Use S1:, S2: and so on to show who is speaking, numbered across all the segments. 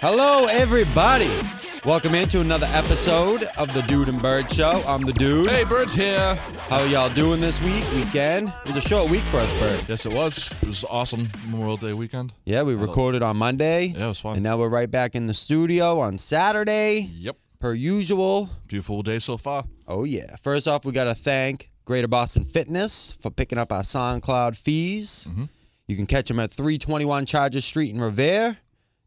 S1: Hello, everybody. Welcome into another episode of the Dude and Bird Show. I'm the dude.
S2: Hey, Bird's here.
S1: How y'all doing this week, weekend? It was a short week for us, Bird.
S2: Yes, it was. It was awesome Memorial Day weekend.
S1: Yeah, we recorded on Monday.
S2: Yeah, it was fun.
S1: And now we're right back in the studio on Saturday,
S2: Yep.
S1: per usual.
S2: Beautiful day so far.
S1: Oh, yeah. First off, we got to thank Greater Boston Fitness for picking up our SoundCloud fees.
S2: Mm-hmm.
S1: You can catch them at 321 Charger Street in Revere.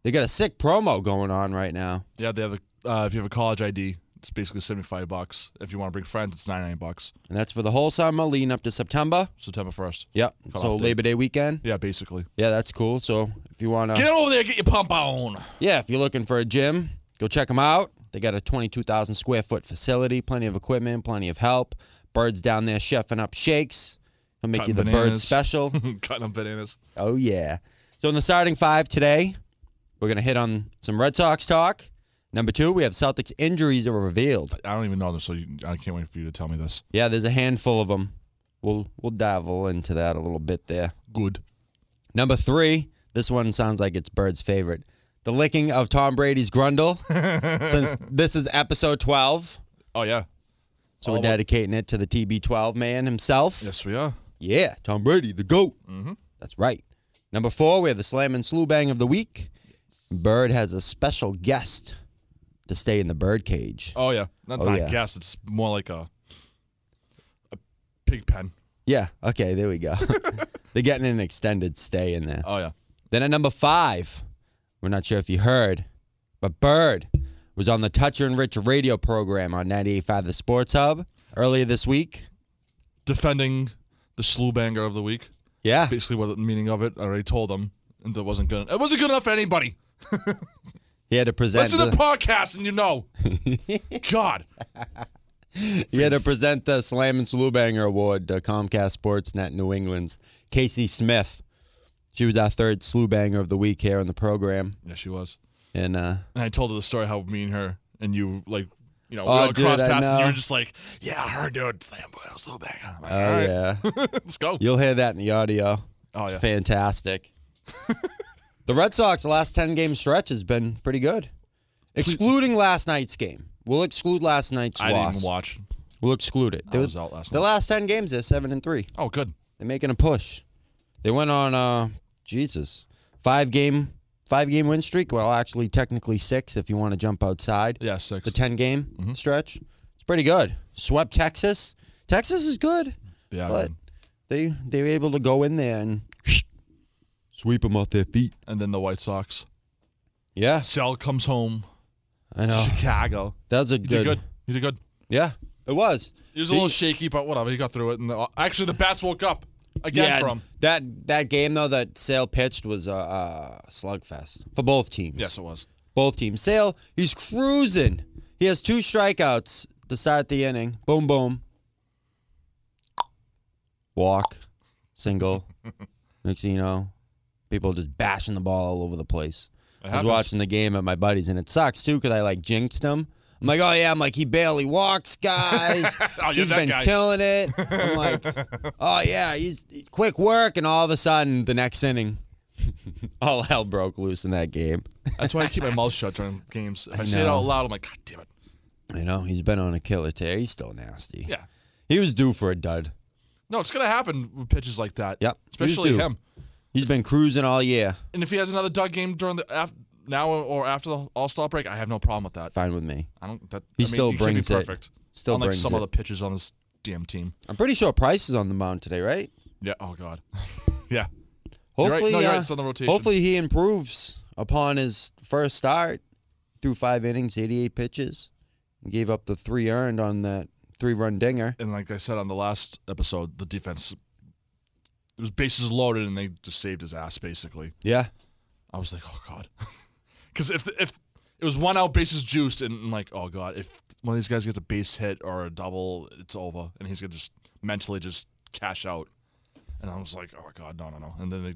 S1: They got a sick promo going on right now.
S2: Yeah, they have a. Uh, if you have a college ID, it's basically seventy-five bucks. If you want to bring friends, it's ninety-nine bucks.
S1: And that's for the whole summer leading up to September.
S2: September first.
S1: Yep.
S2: Cut
S1: so
S2: off date.
S1: Labor Day weekend.
S2: Yeah, basically.
S1: Yeah, that's cool. So if you want
S2: Get
S1: to,
S2: over there, get your pump on.
S1: yeah, if you're looking for a gym, go check them out. They got a 22,000 square foot facility, plenty of equipment, plenty of help. Birds down there chefing up shakes. They'll make
S2: Cutting
S1: you the bird
S2: bananas.
S1: special.
S2: Cutting up bananas.
S1: oh, yeah. So in the starting five today, we're going to hit on some Red Sox talk. Number two, we have Celtics injuries are revealed.
S2: I don't even know them, so you, I can't wait for you to tell me this.
S1: Yeah, there's a handful of them. We'll, we'll dive into that a little bit there.
S2: Good.
S1: Number three, this one sounds like it's Bird's favorite. The licking of Tom Brady's grundle. since this is episode 12,
S2: Oh yeah.
S1: so we're
S2: All about-
S1: dedicating it to the TB12 man himself.
S2: Yes, Mm-hmm. we are.
S1: Yeah, Tom Brady, the GOAT. That's right. Number four, we have the slam and slew bang of the week. Bird has a special guest to stay in the bird cage.
S2: Oh yeah. Not
S1: Oh,
S2: I
S1: yeah.
S2: guess it's more like a a pig pen.
S1: Yeah, okay, there we go. They're getting an extended stay in there.
S2: Oh yeah.
S1: Then at number five, we're not sure if you heard, but Bird was on the Toucher and Rich radio program on 98.5 The Sports Hub earlier this week.
S2: Defending the slew banger of the week.
S1: Yeah.
S2: basically what the meaning of it. I already told them, and that wasn't good. It wasn't good enough for anybody.
S1: He had to present
S2: Listen to the
S1: the,
S2: podcast, and you know. God,
S1: he had to present the Slam and Slew Banger Award to Comcast Sportsnet New England's Casey Smith. She was our third slew banger of the week here on the program.
S2: yeah, she was.
S1: And uh
S2: And I told her the story how me and her and you like, you know, we
S1: Oh,
S2: all
S1: dude,
S2: cross
S1: I
S2: paths, and you
S1: know.
S2: were just like, yeah, her dude, slam boy, so bang. I'm like,
S1: oh
S2: all right,
S1: yeah.
S2: let's go.
S1: You'll hear that in the audio.
S2: Oh yeah,
S1: Fantastic. the Red Sox last 10 game stretch has been pretty good. Excluding last night's game. We'll exclude last night's
S2: I
S1: loss.
S2: didn't watch.
S1: We'll exclude it.
S2: I was out last
S1: the
S2: night.
S1: last 10 games they're 7 and 3.
S2: Oh good.
S1: They're making a push. They went on uh Jesus. 5 game 5 game win streak. Well, actually technically 6 if you want to jump outside
S2: Yeah, six.
S1: the 10 game stretch. It's pretty good. Swept Texas. Texas is good.
S2: yeah,
S1: but-
S2: good.
S1: They they were able to go in there and sweep them off their feet.
S2: and then the White Sox.
S1: Yeah,
S2: Sal comes home.
S1: I know.
S2: Chicago.
S1: That was a
S2: He
S1: Oh. good,
S2: did good. He did good.
S1: Yeah, it was.
S2: He was a
S1: He-
S2: little shaky, but whatever. He got through it. And the, actually, the bats woke up again
S1: Yeah,
S2: from.
S1: that that game though that Sale pitched was a uh, slugfest for both teams.
S2: Yes, it was.
S1: both teams. Sale, he's cruising. He has two strikeouts to start the inning. Boom, boom. Walk, single. Next thing you know, people just bashing the ball all over the place. I was
S2: happens.
S1: watching the game at my buddies, and it sucks too because I like jinxed him. I'm like, oh yeah, I'm like he barely walks, guys.
S2: Oh, you're
S1: he's
S2: that
S1: been
S2: guy.
S1: killing it. I'm like, oh yeah, he's quick work, and all of a sudden, the next inning, all hell broke loose in that game.
S2: That's why I keep my mouth shut during games. If I, say it
S1: know.
S2: out loud, I'm like, God damn it.
S1: You know, he's been on a killer tear. He's still nasty.
S2: Yeah.
S1: He was due for a dud.
S2: No, it's gonna happen with pitches like that.
S1: Yep.
S2: Especially
S1: Please do.
S2: him.
S1: He's been cruising all year.
S2: And if he has another dud game during the af- now or after the All Star break, I have no problem with that.
S1: Fine with me.
S2: I don't. That
S1: He
S2: I mean,
S1: still
S2: you
S1: brings it.
S2: can't be perfect.
S1: Still
S2: Unlike
S1: brings
S2: some
S1: it.
S2: other pitchers on this damn team.
S1: I'm pretty sure Price is on the mound today, right?
S2: Yeah. Oh God. yeah. right.
S1: Hopefully,
S2: No, you're right.
S1: uh,
S2: It's on the rotation.
S1: hopefully he improves upon his first start. Threw five innings, 88 pitches, gave up the three earned on that three-run dinger.
S2: And like I said on the last episode, the defense it was bases loaded, and they just saved his ass basically.
S1: Yeah,
S2: I was like, oh god, because if if it was one out, bases juiced, and I'm like, oh god, if one of these guys gets a base hit or a double, it's over, and he's gonna just mentally just cash out. And I was like, oh god, no, no, no. And then they,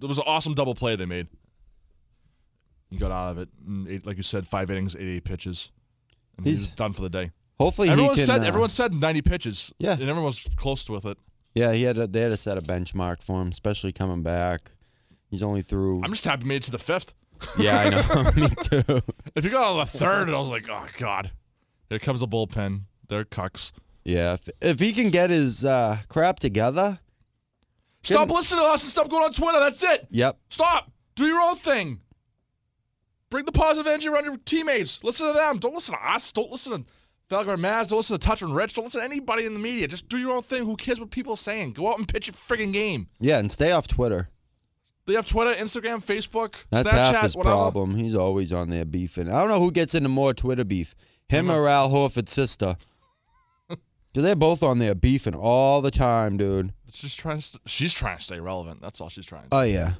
S2: there was an awesome double play they made. He got out of it, and eight, like you said, five innings, 88 pitches, and he's
S1: He's-
S2: done for the day.
S1: hopefully
S2: Everyone
S1: he can.
S2: said
S1: uh,
S2: everyone said 90 pitches,
S1: Yeah.
S2: and everyone was close with it.
S1: Yeah, he had. A, they had to set a benchmark for him, especially coming back. He's only through.
S2: I'm just happy he made it to the fifth.
S1: Yeah, I know. Me too.
S2: If you got on the third, and I was like, oh god, here comes the bullpen. They're cucks.
S1: Yeah, if, if he can get his uh, crap together,
S2: Stop listening to us and stop going on Twitter. That's it.
S1: yep.
S2: Stop. Do your own thing. Bring the positive energy around your teammates. Listen to them. Don't listen to us. Don't listen to Falcon Mavs. Don't listen to Touch and Rich. Don't listen to anybody in the media. Just do your own thing. Who cares what people are saying? Go out and pitch your friggin' game.
S1: Yeah, and stay off Twitter.
S2: They have Twitter, Instagram, Facebook,
S1: That's
S2: Snapchat,
S1: half his
S2: whatever.
S1: problem. He's always on there beefing. I don't know who gets into more Twitter beef, him or Al Horford's sister. Because they're both on there beefing all the time, dude.
S2: She's trying to. St- she's trying to stay relevant. That's all she's trying. to
S1: Oh, yeah.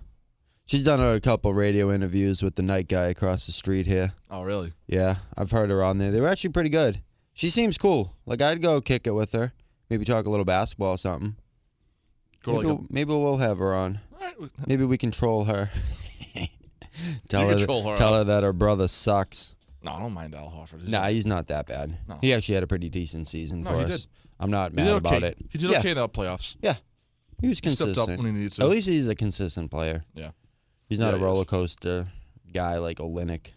S1: She's done a couple radio interviews with the night guy across the street here.
S2: Oh, really?
S1: Yeah, I've heard her on there. They were actually pretty good. She seems cool. Like, I'd go kick it with her. Maybe talk a little basketball or something.
S2: Go
S1: maybe,
S2: like a,
S1: maybe we'll have her on.
S2: all right, we-
S1: Maybe we can troll her. tell
S2: You
S1: her,
S2: can troll her,
S1: tell
S2: huh?
S1: her that her brother sucks.
S2: no, I don't mind Al Horford. He's-
S1: Nah, he's not that bad.
S2: No.
S1: He actually had a pretty decent season
S2: No,
S1: for
S2: he
S1: us.
S2: did.
S1: I'm not
S2: he
S1: mad
S2: did okay.
S1: about it.
S2: He did
S1: yeah,
S2: okay in the playoffs.
S1: Yeah, he was
S2: He
S1: consistent.
S2: stepped up when he needed to.
S1: At least he's a consistent player.
S2: Yeah.
S1: He's not
S2: Yeah,
S1: a
S2: he is.
S1: roller coaster guy like Olenek.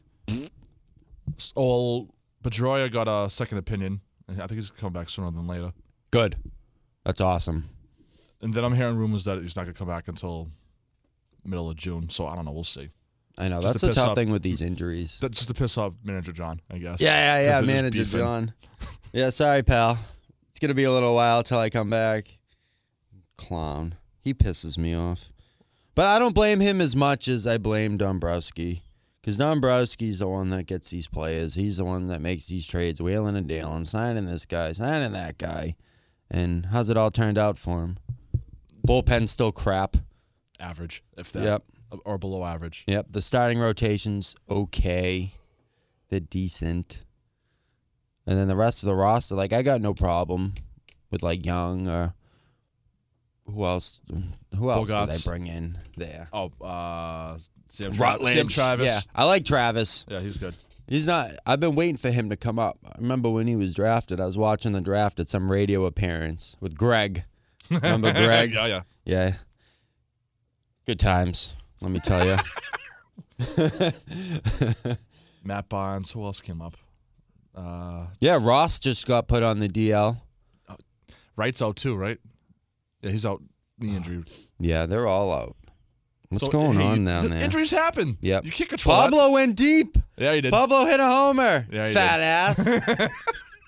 S2: S- Oh, well, Pedroia got a second opinion. I think he's coming back sooner than later.
S1: Good. That's awesome.
S2: And then I'm hearing rumors that he's not going to come back until middle of June. So I don't know. We'll see.
S1: I know.
S2: Just
S1: That's
S2: to
S1: the
S2: piss
S1: tough
S2: off-
S1: thing with these injuries.
S2: That's just to piss off manager John, I guess.
S1: Yeah, yeah, yeah,
S2: If it is
S1: manager
S2: beefing.
S1: John. Yeah, sorry, pal. It's gonna be a little while till I come back. Clown. He pisses me off. But I don't blame him as much as I blame Dombrowski. Because Dombrowski's the one that gets these players. He's the one that makes these trades, wheeling and dealing, signing this guy, signing that guy. And how's it all turned out for him? Bullpen's still crap.
S2: Average, if that. uh,
S1: Yep.
S2: Or below average.
S1: Yep. The starting rotation's okay. They're decent. And then the rest of the roster, like I got no problem with like Young or who else who else did
S2: Bogarts.
S1: they bring in there?
S2: Oh, uh, Sam, Tra-
S1: Rutledge.
S2: Sam Travis.
S1: Yeah. I like Travis.
S2: Yeah, he's good.
S1: He's not I've been waiting for him to come up. I remember when he was drafted, I was watching the draft at some radio appearance with Greg. Remember Greg?
S2: yeah, yeah.
S1: Yeah. Good times, let me tell you.
S2: Matt Barnes. Who else came up? Uh,
S1: yeah, Ross just got put on the DL.
S2: Wright's out too, right? Yeah, he's out.
S1: Uh,
S2: Knee injury.
S1: Yeah, they're all out. What's
S2: So,
S1: going
S2: hey,
S1: on
S2: you-
S1: down
S2: the
S1: there?
S2: Injuries happen.
S1: Yep.
S2: You can't control that.
S1: Pablo went deep.
S2: Yeah, he did.
S1: Pablo hit a homer.
S2: Yeah, he
S1: Fat ass.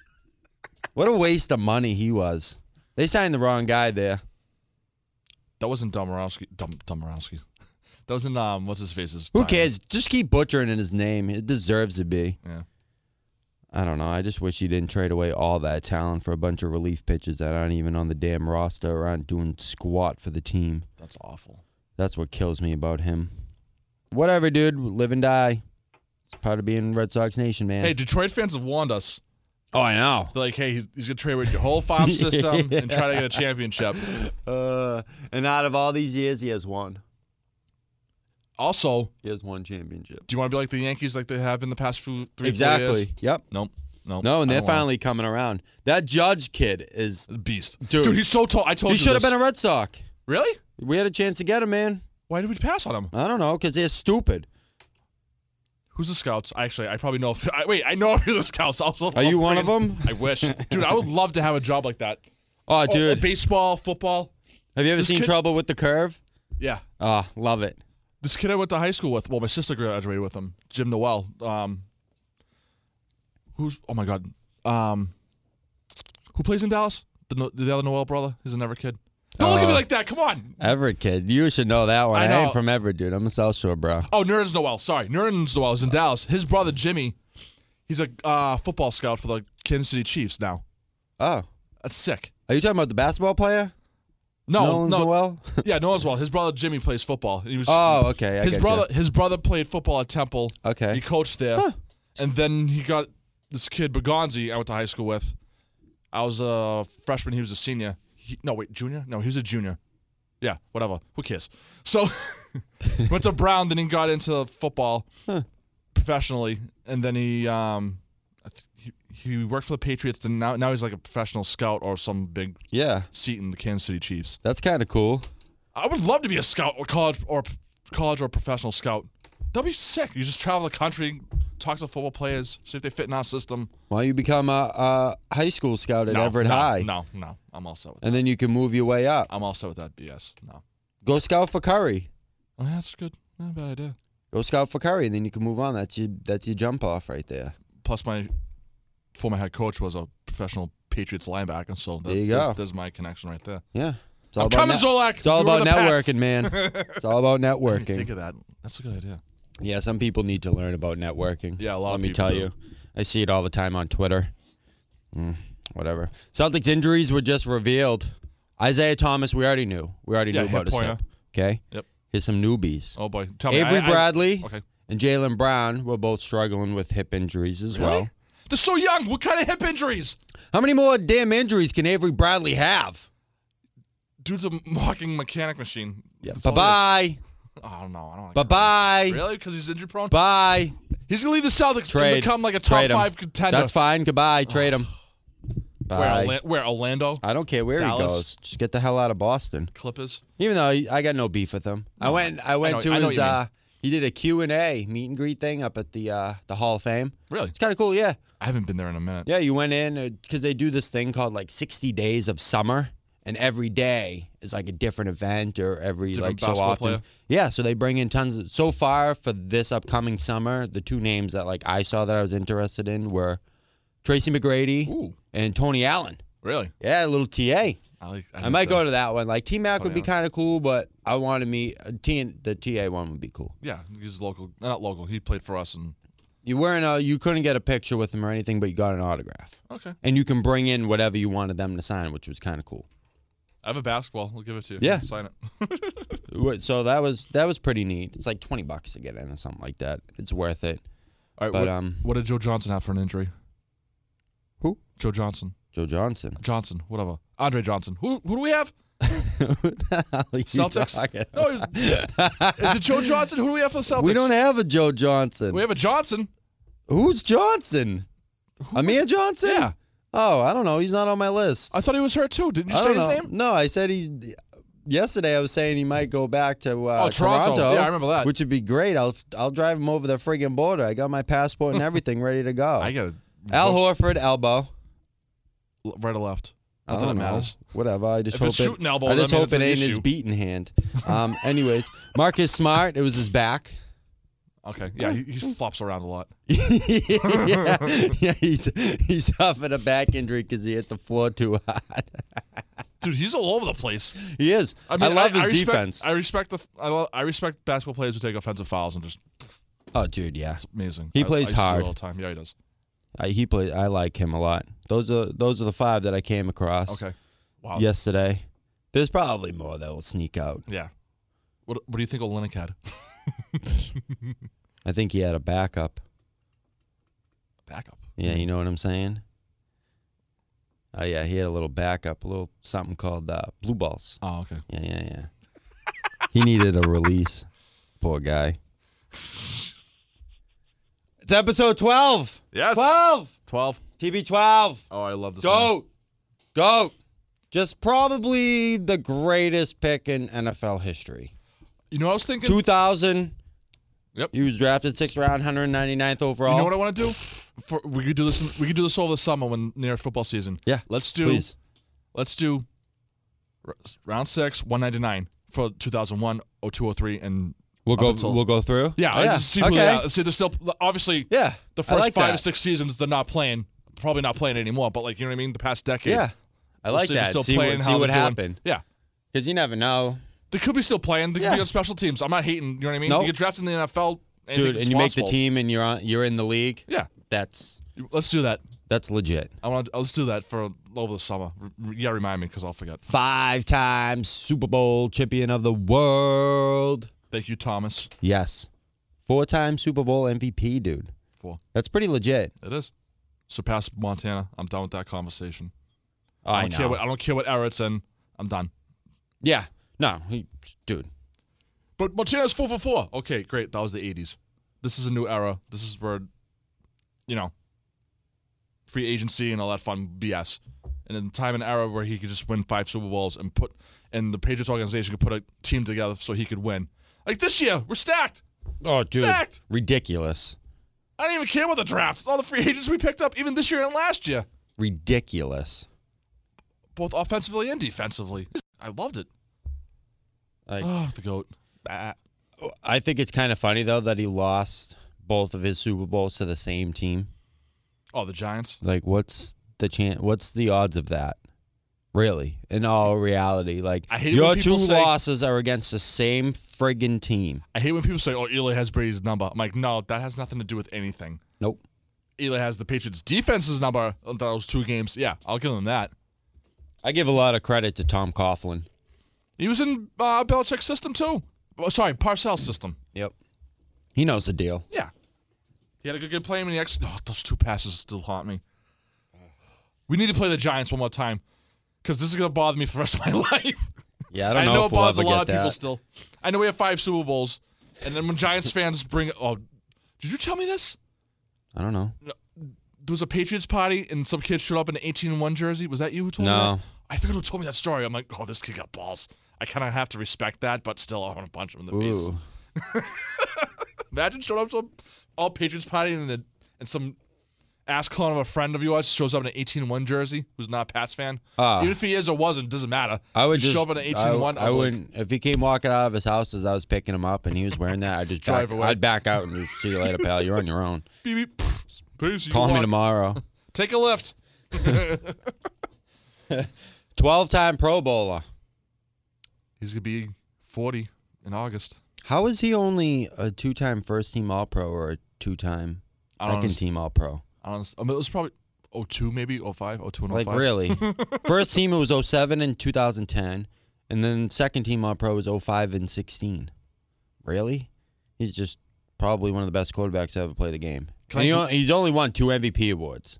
S1: what a waste of money he was. They signed the wrong guy there.
S2: That wasn't Domorowski. Dom, Domorowski. That wasn't um. What's his face's.
S1: Who
S2: time.
S1: cares? Just keep butchering in his name. It deserves to be.
S2: Yeah.
S1: I don't know. I just wish he didn't trade away all that talent for a bunch of relief pitchers that aren't even on the damn roster or aren't doing squat for the team.
S2: That's awful.
S1: That's what kills me about him. Whatever, dude. Live and die. It's part of being Red Sox Nation, man.
S2: Hey, Detroit fans have warned us.
S1: oh, I know.
S2: They're like, hey, he's, he's gonna trade with your whole farm system and try to get a championship.
S1: Uh, and out of all these years, he has one.
S2: Also,
S1: He has one championship.
S2: do you want to be like the Yankees, like they have in the past few three Four years?
S1: Exactly. Yep.
S2: Nope. Nope.
S1: No, and
S2: I
S1: they're
S2: don't wanna.
S1: finally coming around. That Judge kid is.
S2: The beast,
S1: Dude.
S2: he's so tall. I told
S1: He
S2: you
S1: should have
S2: this.
S1: been a Red Sox.
S2: really.
S1: We had a chance to get him, man.
S2: Why did we pass on him?
S1: I don't know, because they're stupid.
S2: Who's the scouts? Actually, I probably know. If, I, wait, I know if you're the scouts. Also,
S1: Are you one of them?
S2: I wish, dude. I would love to have a job like that.
S1: Oh,
S2: Oh,
S1: dude.
S2: baseball, football.
S1: have you ever
S2: this
S1: seen
S2: kid-
S1: Trouble with the Curve?
S2: Yeah,
S1: Ah, love it.
S2: this kid I went to high school with. Well, my sister graduated with him, Jim Noel. Um, who's? Oh my God. Um, who plays in Dallas? The, No- the other Noel brother. He's a never kid. Don't look at me
S1: Uh,
S2: like that. Come on.
S1: Everett kid. You should know that one.
S2: I
S1: I,
S2: know.
S1: ain't from Everett, dude. I'm a South Shore, bro.
S2: Oh, Nerds Noel. Sorry, Nerds Noel is in Dallas. His brother Jimmy, he's a uh, football scout for the Kansas City Chiefs now.
S1: Oh.
S2: That's sick.
S1: Are you talking about the basketball player?
S2: No,
S1: Nolan's
S2: no,
S1: Noel?
S2: yeah, Noel's well. His brother Jimmy plays football. He was
S1: oh, okay. I Eh.
S2: his
S1: getcha.
S2: brother. His brother played football at Temple.
S1: Okay.
S2: He coached there, and then he got this kid Bergonzi. I went to high school with. I was a freshman. He was a senior. He, no, wait, junior? No, he was a junior. Yeah, whatever. Who cares? So went to Brown. Then he got into football professionally, and then he um I th- he, he worked for the Patriots. And now now he's like a professional scout or some big
S1: Yeah.
S2: seat in the Kansas City Chiefs.
S1: That's kind of cool.
S2: I would love to be a scout or college or college or professional scout. That'd be sick. You just travel the country, talk to football players, see if they fit in our system.
S1: Why don't you become a, a high school scout at
S2: No,
S1: Everett
S2: no,
S1: High?
S2: No, no. I'm all set with that.
S1: And then you can move your way up.
S2: I'm all set with that BS. No.
S1: Go scout for Curry.
S2: Oh, yeah, that's good. Not a bad idea.
S1: Go scout for Curry, and then you can move on. That's your that's your jump off right there.
S2: Plus, my former head coach was a professional Patriots linebacker, so that-
S1: There you
S2: there's,
S1: go.
S2: there's my connection right there.
S1: Yeah. It's
S2: I'm coming,
S1: net-
S2: Zolak.
S1: It's all
S2: You were
S1: about
S2: the Pats.
S1: networking, man. It's all about
S2: I didn't Think
S1: networking.
S2: of that. That's a good idea.
S1: Yeah, some people need to learn about networking.
S2: Yeah, a lot
S1: Let
S2: of
S1: me
S2: people
S1: tell
S2: do.
S1: you, I see it all the time on Twitter. Mm, whatever. Celtics injuries were just revealed. Isaiah Thomas, we already knew. We already
S2: Yeah,
S1: knew about
S2: hip
S1: his hip.
S2: pointer.
S1: Okay.
S2: Yep.
S1: Here's some newbies.
S2: Oh boy, tell me.
S1: Avery
S2: I- I-
S1: Bradley
S2: okay.
S1: and Jalen Brown were both struggling with hip injuries as well.
S2: Really? They're so young. What kind of hip injuries?
S1: How many more damn injuries can Avery Bradley have?
S2: Dude's a walking mechanic machine.
S1: Yeah.
S2: That's
S1: Bye
S2: all it
S1: bye.
S2: is. Oh no, I don't. Like
S1: Bye bye.
S2: Really? Because he's injury prone.
S1: Bye.
S2: He's gonna leave the Celtics
S1: Trade.
S2: and become like a top
S1: Trade him.
S2: five contender.
S1: That's fine. Goodbye. Trade him.
S2: Where,
S1: Bye.
S2: Orla- where Orlando
S1: I don't care where
S2: Dallas?
S1: he goes. Just get the hell out of Boston.
S2: Clippers?
S1: Even though he- I got no beef with him. I went. I went
S2: know-
S1: to
S2: I know
S1: his.
S2: what you mean.
S1: uh, he did a Q and A meet and greet thing up at the uh, the Hall of Fame.
S2: Really?
S1: It's kind of cool. Yeah.
S2: I haven't been there in a minute.
S1: Yeah, you went in because they do this thing called like 60 days of summer, and every day is like a different event or every
S2: Different
S1: like so
S2: basketball
S1: often.
S2: player.
S1: Yeah, so they bring in tons. Of, so far for this upcoming summer, the two names that like I saw that I was interested in were Tracy McGrady
S2: Ooh,
S1: and Tony Allen.
S2: really?
S1: Yeah, a little TA.
S2: I, like,
S1: I might go to that one. Like T Mac
S2: Tony
S1: would be kind of cool, but I want to meet uh, T and the TA one would be cool.
S2: Yeah, he's local. Not local. He played for us and
S1: You weren't a, you couldn't get a picture with him or anything, but you got an autograph,
S2: okay.
S1: and you can bring in whatever you wanted them to sign, which was kind of cool.
S2: I have a basketball. I'll give it to you.
S1: Yeah.
S2: sign it.
S1: Wait, So that was that was pretty neat. It's like twenty bucks to get in or something like that. It's worth it.
S2: All right.
S1: But
S2: what,
S1: um,
S2: what did Joe Johnson have for an injury?
S1: Who?
S2: Joe Johnson.
S1: Joe Johnson.
S2: Johnson. Whatever. Andre Johnson. Who? Who do we have?
S1: Who the hell are you
S2: Celtics?
S1: talking
S2: No,
S1: about?
S2: is it Joe Johnson? Who do we have for the Celtics?
S1: we don't have a Joe Johnson.
S2: We have a Johnson.
S1: Who's Johnson? Amir Johnson.
S2: Yeah.
S1: Oh, I don't know. He's not on my list.
S2: I thought he was hurt too. Didn't you
S1: I
S2: say
S1: don't
S2: his
S1: know.
S2: name?
S1: No, I said he's. Yesterday, I was saying he might go back to uh,
S2: Oh, Toronto. Yeah, I remember that.
S1: Which would be great. I'll I'll drive him over the friggin' border. I got my passport and everything ready to go.
S2: I got
S1: Al Horford elbow.
S2: right or left.
S1: I
S2: Not that
S1: don't
S2: it
S1: know.
S2: matters.
S1: Whatever. I just
S2: If
S1: hope
S2: it's
S1: it,
S2: shooting elbow,
S1: I
S2: that
S1: just
S2: means
S1: hope
S2: it's
S1: it
S2: an
S1: ain't his
S2: issue.
S1: beating hand. Um, anyways, Marcus Smart. It was his back.
S2: Okay. Yeah, he, he flops around a lot.
S1: yeah, yeah, he's he suffered a back injury because he hit the floor too hard.
S2: Dude, he's all over the place.
S1: He is. I,
S2: mean,
S1: love his
S2: respect-
S1: defense.
S2: I respect the. I, lo- I respect basketball players who take offensive fouls and just
S1: oh, dude, yeah,
S2: it's amazing.
S1: He
S2: I-
S1: plays
S2: I used to do it
S1: hard.
S2: all the time. Yeah, he does.
S1: I, he plays. I like him a lot. Those are those are the five that I came across
S2: Okay. Wow.
S1: yesterday. There's probably more that will sneak out.
S2: Yeah. What What do you think Olenek had?
S1: I think he had a backup.
S2: Backup.
S1: Yeah, you know what I'm saying. Oh yeah, he had a little backup, a little something called uh, blue balls.
S2: Oh, okay.
S1: Yeah, yeah, yeah. he needed a release. Poor guy. It's episode 12.
S2: Yes.
S1: 12.
S2: Twelve.
S1: TB 12.
S2: Oh, I love this. one.
S1: Goat. Goat. Just probably the greatest pick in NFL history.
S2: You know what I was thinking?
S1: 2000.
S2: Yep.
S1: He was drafted sixth round, 199th overall.
S2: You know what I want to do? For, we could do this. in- we could do this over the summer when near football season.
S1: Yeah,
S2: Let's do.
S1: Please.
S2: Let's do. r- Round six, one ninety nine for 2001, 02, 03, and
S1: We'll
S2: up
S1: go.
S2: until-
S1: we'll go through.
S2: yeah,
S1: Oh,
S2: I just see who they are. See, they're still obviously
S1: Yeah,
S2: the
S1: I
S2: first
S1: like
S2: five
S1: that.
S2: or six seasons they're not playing, probably not playing anymore. But like you know what I mean, the past decade.
S1: Yeah, I
S2: We'll
S1: like
S2: see if they're
S1: that.
S2: Still
S1: see
S2: playing,
S1: what,
S2: how
S1: see what
S2: they're doing.
S1: happened.
S2: Yeah,
S1: Because you never know.
S2: they could be still playing. They could
S1: Yeah.
S2: be on special teams. I'm not hating. You know what I mean?
S1: Nope.
S2: You get drafted in the NFL, and
S1: dude, and you make the
S2: responsible.
S1: team, and you're on, you're in the league.
S2: Yeah,
S1: That's
S2: You- let's do that.
S1: that's legit.
S2: I want. Let's do that for over the summer. R- r- yeah, remind me because I'll forget.
S1: Five time Super Bowl champion of the world.
S2: Thank you, Thomas.
S1: Yes, four time Super Bowl MVP, dude.
S2: For
S1: That's pretty legit.
S2: it is surpass Montana. I'm done with that conversation.
S1: I,
S2: don't care what I don't care what era it's in. I'm done.
S1: yeah, no, he- dude.
S2: But Montana's four for four. Okay, great. That was the '80s. This is a new era. This is where, you know, free agency and all that fun BS. And in time and era where he could just win five Super Bowls and put, and the Patriots organization could put a team together so he could win. Like this year, we're stacked.
S1: Oh, dude,
S2: Stacked.
S1: ridiculous,
S2: I don't even care about the drafts. All the free agents we picked up, even this year and last year,
S1: ridiculous.
S2: both offensively and defensively. I loved it.
S1: Like,
S2: Oh, the goat. Bah.
S1: I think it's kind of funny though that he lost both of his Super Bowls to the same team.
S2: Oh, the Giants.
S1: Like, what's the chance? What's the odds of that? Really, in all reality, like
S2: I hate it
S1: your
S2: when
S1: two
S2: people say-
S1: losses are against the same friggin' team.
S2: I hate when people say, "Oh, Eli has Brady's number." I'm like, no, that has nothing to do with anything.
S1: Nope.
S2: Eli has the Patriots' defense's number. on Those two games, yeah, I'll give him that.
S1: I give a lot of credit to Tom Coughlin.
S2: He was in uh, Belichick's system too. Oh, sorry, Parcells' system.
S1: Yep, he knows the deal.
S2: Yeah, he had a good good play, and he actually. Oh, those two passes still haunt me. We need to play the Giants one more time, because this is gonna bother me for the rest of my life.
S1: Yeah, I
S2: I
S1: don't
S2: know,
S1: know,
S2: it
S1: if we'll
S2: bothers
S1: ever
S2: a lot
S1: get
S2: of people
S1: that.
S2: still. I know we have five Super Bowls, and then when Giants fans bring, oh, did you tell me this?
S1: I don't know.
S2: There was a Patriots party, and some kid showed up in an 18-1 jersey. Was that you who told me?
S1: No.
S2: that? I forget who told me that story. I'm like, oh, this kid got balls. I kind of have to respect that, but still, I want to punch him in the face.
S1: Ooh,
S2: Imagine showing up to an all Patriots party, and the, and some ass clone of a friend of yours shows up in an 18-1 jersey who's not a Pats fan.
S1: Ah.
S2: Even if he is or wasn't, doesn't matter.
S1: I would
S2: You
S1: just
S2: show up in an 18-1.
S1: I, I wouldn't. If he came walking out of his house as I was picking him up and he was wearing that, I'd just
S2: Drive
S1: back,
S2: away.
S1: I'd back out and just see you later, pal. You're on your own.
S2: Beep, beep, pfft, peace, you
S1: Call me
S2: walk.
S1: tomorrow.
S2: Take a lift.
S1: Twelve-time Pro Bowler.
S2: He's gonna be 40 in August.
S1: How is he only a two-time first-team All-Pro or a two-time
S2: I don't
S1: second-team All-Pro?
S2: Honest, I mean, it was probably 02 maybe 05, 02 and 05.
S1: Like really? First team it was 07 and 2010, and then second team All-Pro was 05 and 16. Really? He's just probably one of the best quarterbacks to ever play the game. And
S2: Can I
S1: he
S2: do-
S1: on- he's only won two MVP awards.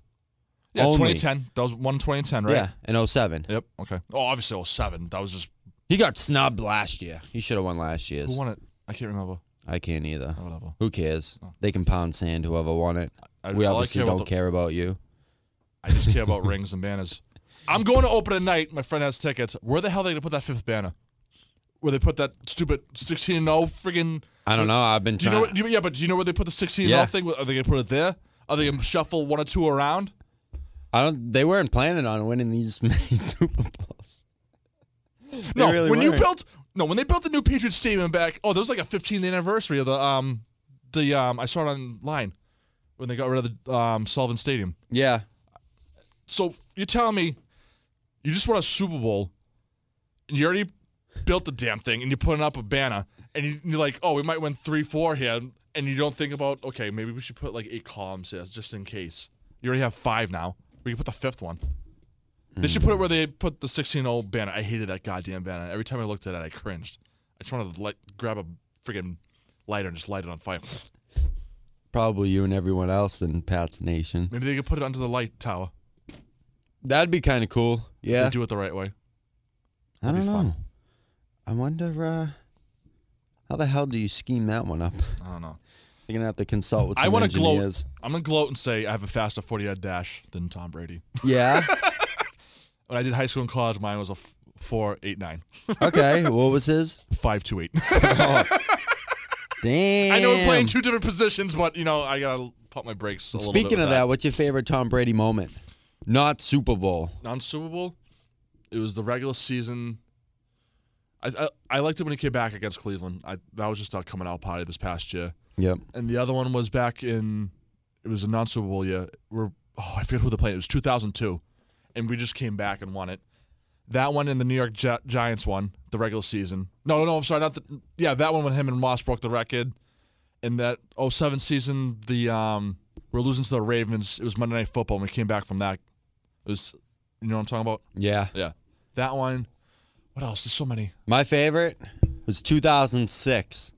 S2: Yeah,
S1: Only.
S2: 2010. That was one 2010, right?
S1: Yeah, in 07.
S2: Yep. Okay. Oh, obviously 07. That was just
S1: He got snubbed last year. He should have won last year's.
S2: who won it? I can't remember.
S1: I can't either.
S2: Oh, whatever.
S1: Who cares?
S2: Oh,
S1: They can pound sand whoever won it.
S2: I,
S1: we
S2: all I
S1: obviously
S2: care about
S1: don't
S2: the-
S1: care about you.
S2: I just care about rings and banners. I'm going to open at night. My friend has tickets. Where the hell are they gonna put that fifth banner? Where they put that stupid 16 and 0 friggin'
S1: I don't know. I've been
S2: Do you
S1: trying.
S2: know? What, do you- yeah, but do you know where they put the 16 and
S1: Yeah.
S2: 0 thing? Are they gonna put it there? Are they gonna shuffle one or two around?
S1: I don't. They weren't planning on winning these many Super Bowls. They
S2: No,
S1: really
S2: when you
S1: weren't.
S2: built no, when they built the new Patriots Stadium back, oh, there was like a 15th anniversary of the um, the um, I saw it online when they got rid of the um, Sullivan Stadium.
S1: Yeah,
S2: So you're telling me you just won a Super Bowl and you already built the damn thing and you're putting up a banner and you, you're like, oh, we might win three, four here, and you don't think about okay, maybe we should put like eight columns here just in case. You already have five now. We can put the fifth one. They should put it where they put the 16 old banner. I hated that goddamn banner. Every time I looked at it, I cringed. I just wanted to like grab a friggin' lighter and just light it on fire.
S1: probably you and everyone else in Pat's Nation.
S2: Maybe they could put it under the light tower.
S1: That'd be kind of cool.
S2: if
S1: Yeah,
S2: They do it the right way.
S1: I don't
S2: be
S1: know.
S2: fun.
S1: I wonder uh, how the hell do you scheme that one up?
S2: I don't know.
S1: You're gonna have to consult with some
S2: I want to gloat.
S1: engineers.
S2: I'm gonna gloat and say I have a faster 40 yard dash than Tom Brady.
S1: Yeah.
S2: When I did high school and college, mine was a f- four eight nine,
S1: Okay. What was his?
S2: five two eight.
S1: Damn.
S2: I know we're playing two different positions, but you know I gotta pump my brakes. A little
S1: Speaking
S2: bit
S1: of that, what's your favorite Tom Brady moment? Not Super Bowl.
S2: non Super Bowl, it was the regular season. I, I I liked it when he came back against Cleveland. I that was just our coming out party this past year.
S1: Yep.
S2: and the other one was back in it was a non Super Bowl year. We're oh I forget who they played. It was 2002, and we just came back and won it. That one and the New York Gi- Giants one, the regular season. No, no, I'm sorry, not the yeah that one when him and Moss broke the record, and that 07 season the um we're losing to the Ravens. It was Monday Night Football, and we came back from that. It was you know what I'm talking about.
S1: Yeah.
S2: Yeah, that one. What else? There's so many.
S1: My favorite was 2006.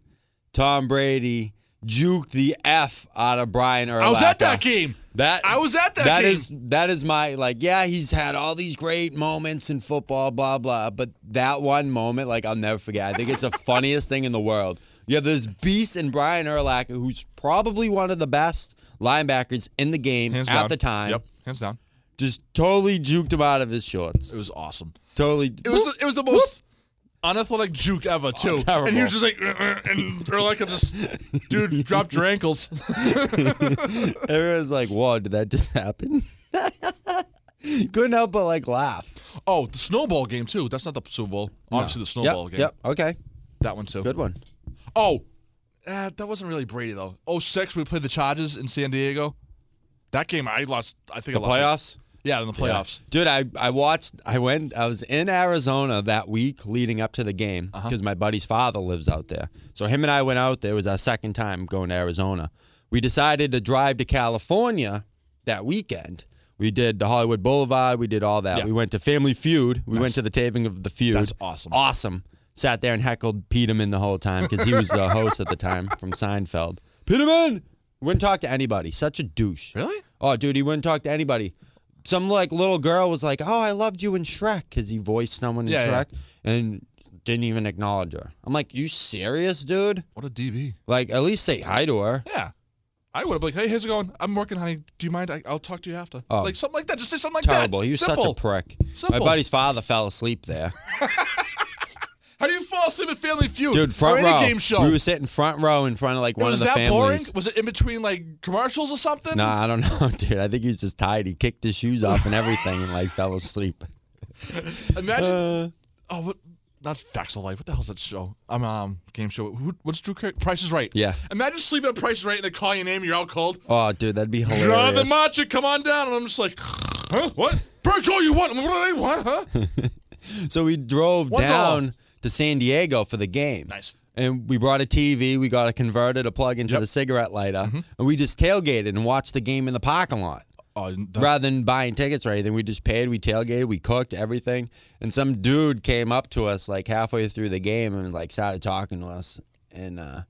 S1: Tom Brady juked the f out of Brian Urlacher.
S2: I was at that game.
S1: That
S2: I was at that
S1: That
S2: game.
S1: is that is my like. Yeah, he's had all these great moments in football, blah blah. But that one moment, like I'll never forget. I think it's the funniest thing in the world. You have this beast in Brian Urlacher, who's probably one of the best linebackers in the game
S2: Hands
S1: at
S2: down.
S1: the time.
S2: Yep, hands down.
S1: Just totally juked him out of his shorts.
S2: It was awesome.
S1: Totally.
S2: It was it was the most unathletic juke ever too.
S1: Oh, terrible.
S2: and he was just like, "Uh, uh," and Erleca just, dude, dropped your ankles.
S1: Everyone's like, "Whoa, did that just happen?" Couldn't help but like laugh.
S2: oh, the snowball game too. That's not the Super Bowl. Obviously, the
S1: Yep,
S2: snowball game.
S1: yep. Okay.
S2: That one too.
S1: Good one.
S2: Oh, uh, that wasn't really Brady though. Oh six, we played the Chargers in San Diego. That game, I lost. I think I
S1: Playoffs.
S2: lost. Yeah, in the playoffs.
S1: Dude, I, I watched, I went, I was in Arizona that week leading up to the game
S2: Uh-huh.
S1: because my buddy's father lives out there. So him and I went out there. It was our second time going to Arizona. We decided to drive to California that weekend. We did the Hollywood Boulevard. We did all that.
S2: Yeah.
S1: We went to Family Feud. We went to the taping of The Feud.
S2: That's awesome.
S1: Awesome. Sat there and heckled Peterman the whole time because he was the host at the time from Seinfeld. Peterman! Wouldn't talk to anybody. Such a douche.
S2: Really?
S1: Oh, dude, he wouldn't talk to anybody. Some like little girl was like, "Oh, I loved you in Shrek," because he voiced someone in
S2: Yeah, yeah.
S1: Shrek, and didn't even acknowledge her. I'm like, "You serious, dude?
S2: What a DB.
S1: Like, at least say hi to her."
S2: Yeah. I would have been like, hey, here's it going. I'm working, honey. Do you mind? I, I'll talk to you after.
S1: Oh.
S2: Like something like that. Just say something like
S1: Terrible.
S2: that.
S1: He was such a
S2: Simple.
S1: prick. My
S2: Simple.
S1: buddy's father fell asleep there,
S2: How do you fall asleep at Family Feud?
S1: dude.
S2: or
S1: Front
S2: any
S1: row.
S2: game show.
S1: We were sitting front row in front of like one
S2: was
S1: of the
S2: that boring?
S1: families.
S2: Was it in between like commercials or something?
S1: Nah, I don't know, dude. I think he was just tired. He kicked his shoes off and everything, and like fell asleep.
S2: Imagine.
S1: Uh,
S2: oh, what, not Facts of Life. What the hell's that show? I'm um game show. Who, what's Drew? Carey? Price is Right.
S1: Yeah.
S2: Imagine sleeping at Price is Right and they call your name. You're out cold.
S1: oh, dude, that'd be hilarious.
S2: Jonathan Macha, come on down. And I'm just like, huh? What? Break all you want. What do they want? Huh?
S1: So we drove
S2: One dollar.
S1: down to San Diego for the game.
S2: Nice.
S1: And we brought a TV, we got a converter to plug into the cigarette lighter, and we just tailgated and watched the game in the parking lot.
S2: Oh,
S1: Rather than buying tickets or anything, we just paid, we tailgated, we cooked, everything. And some dude came up to us like halfway through the game and like started talking to us. And uh,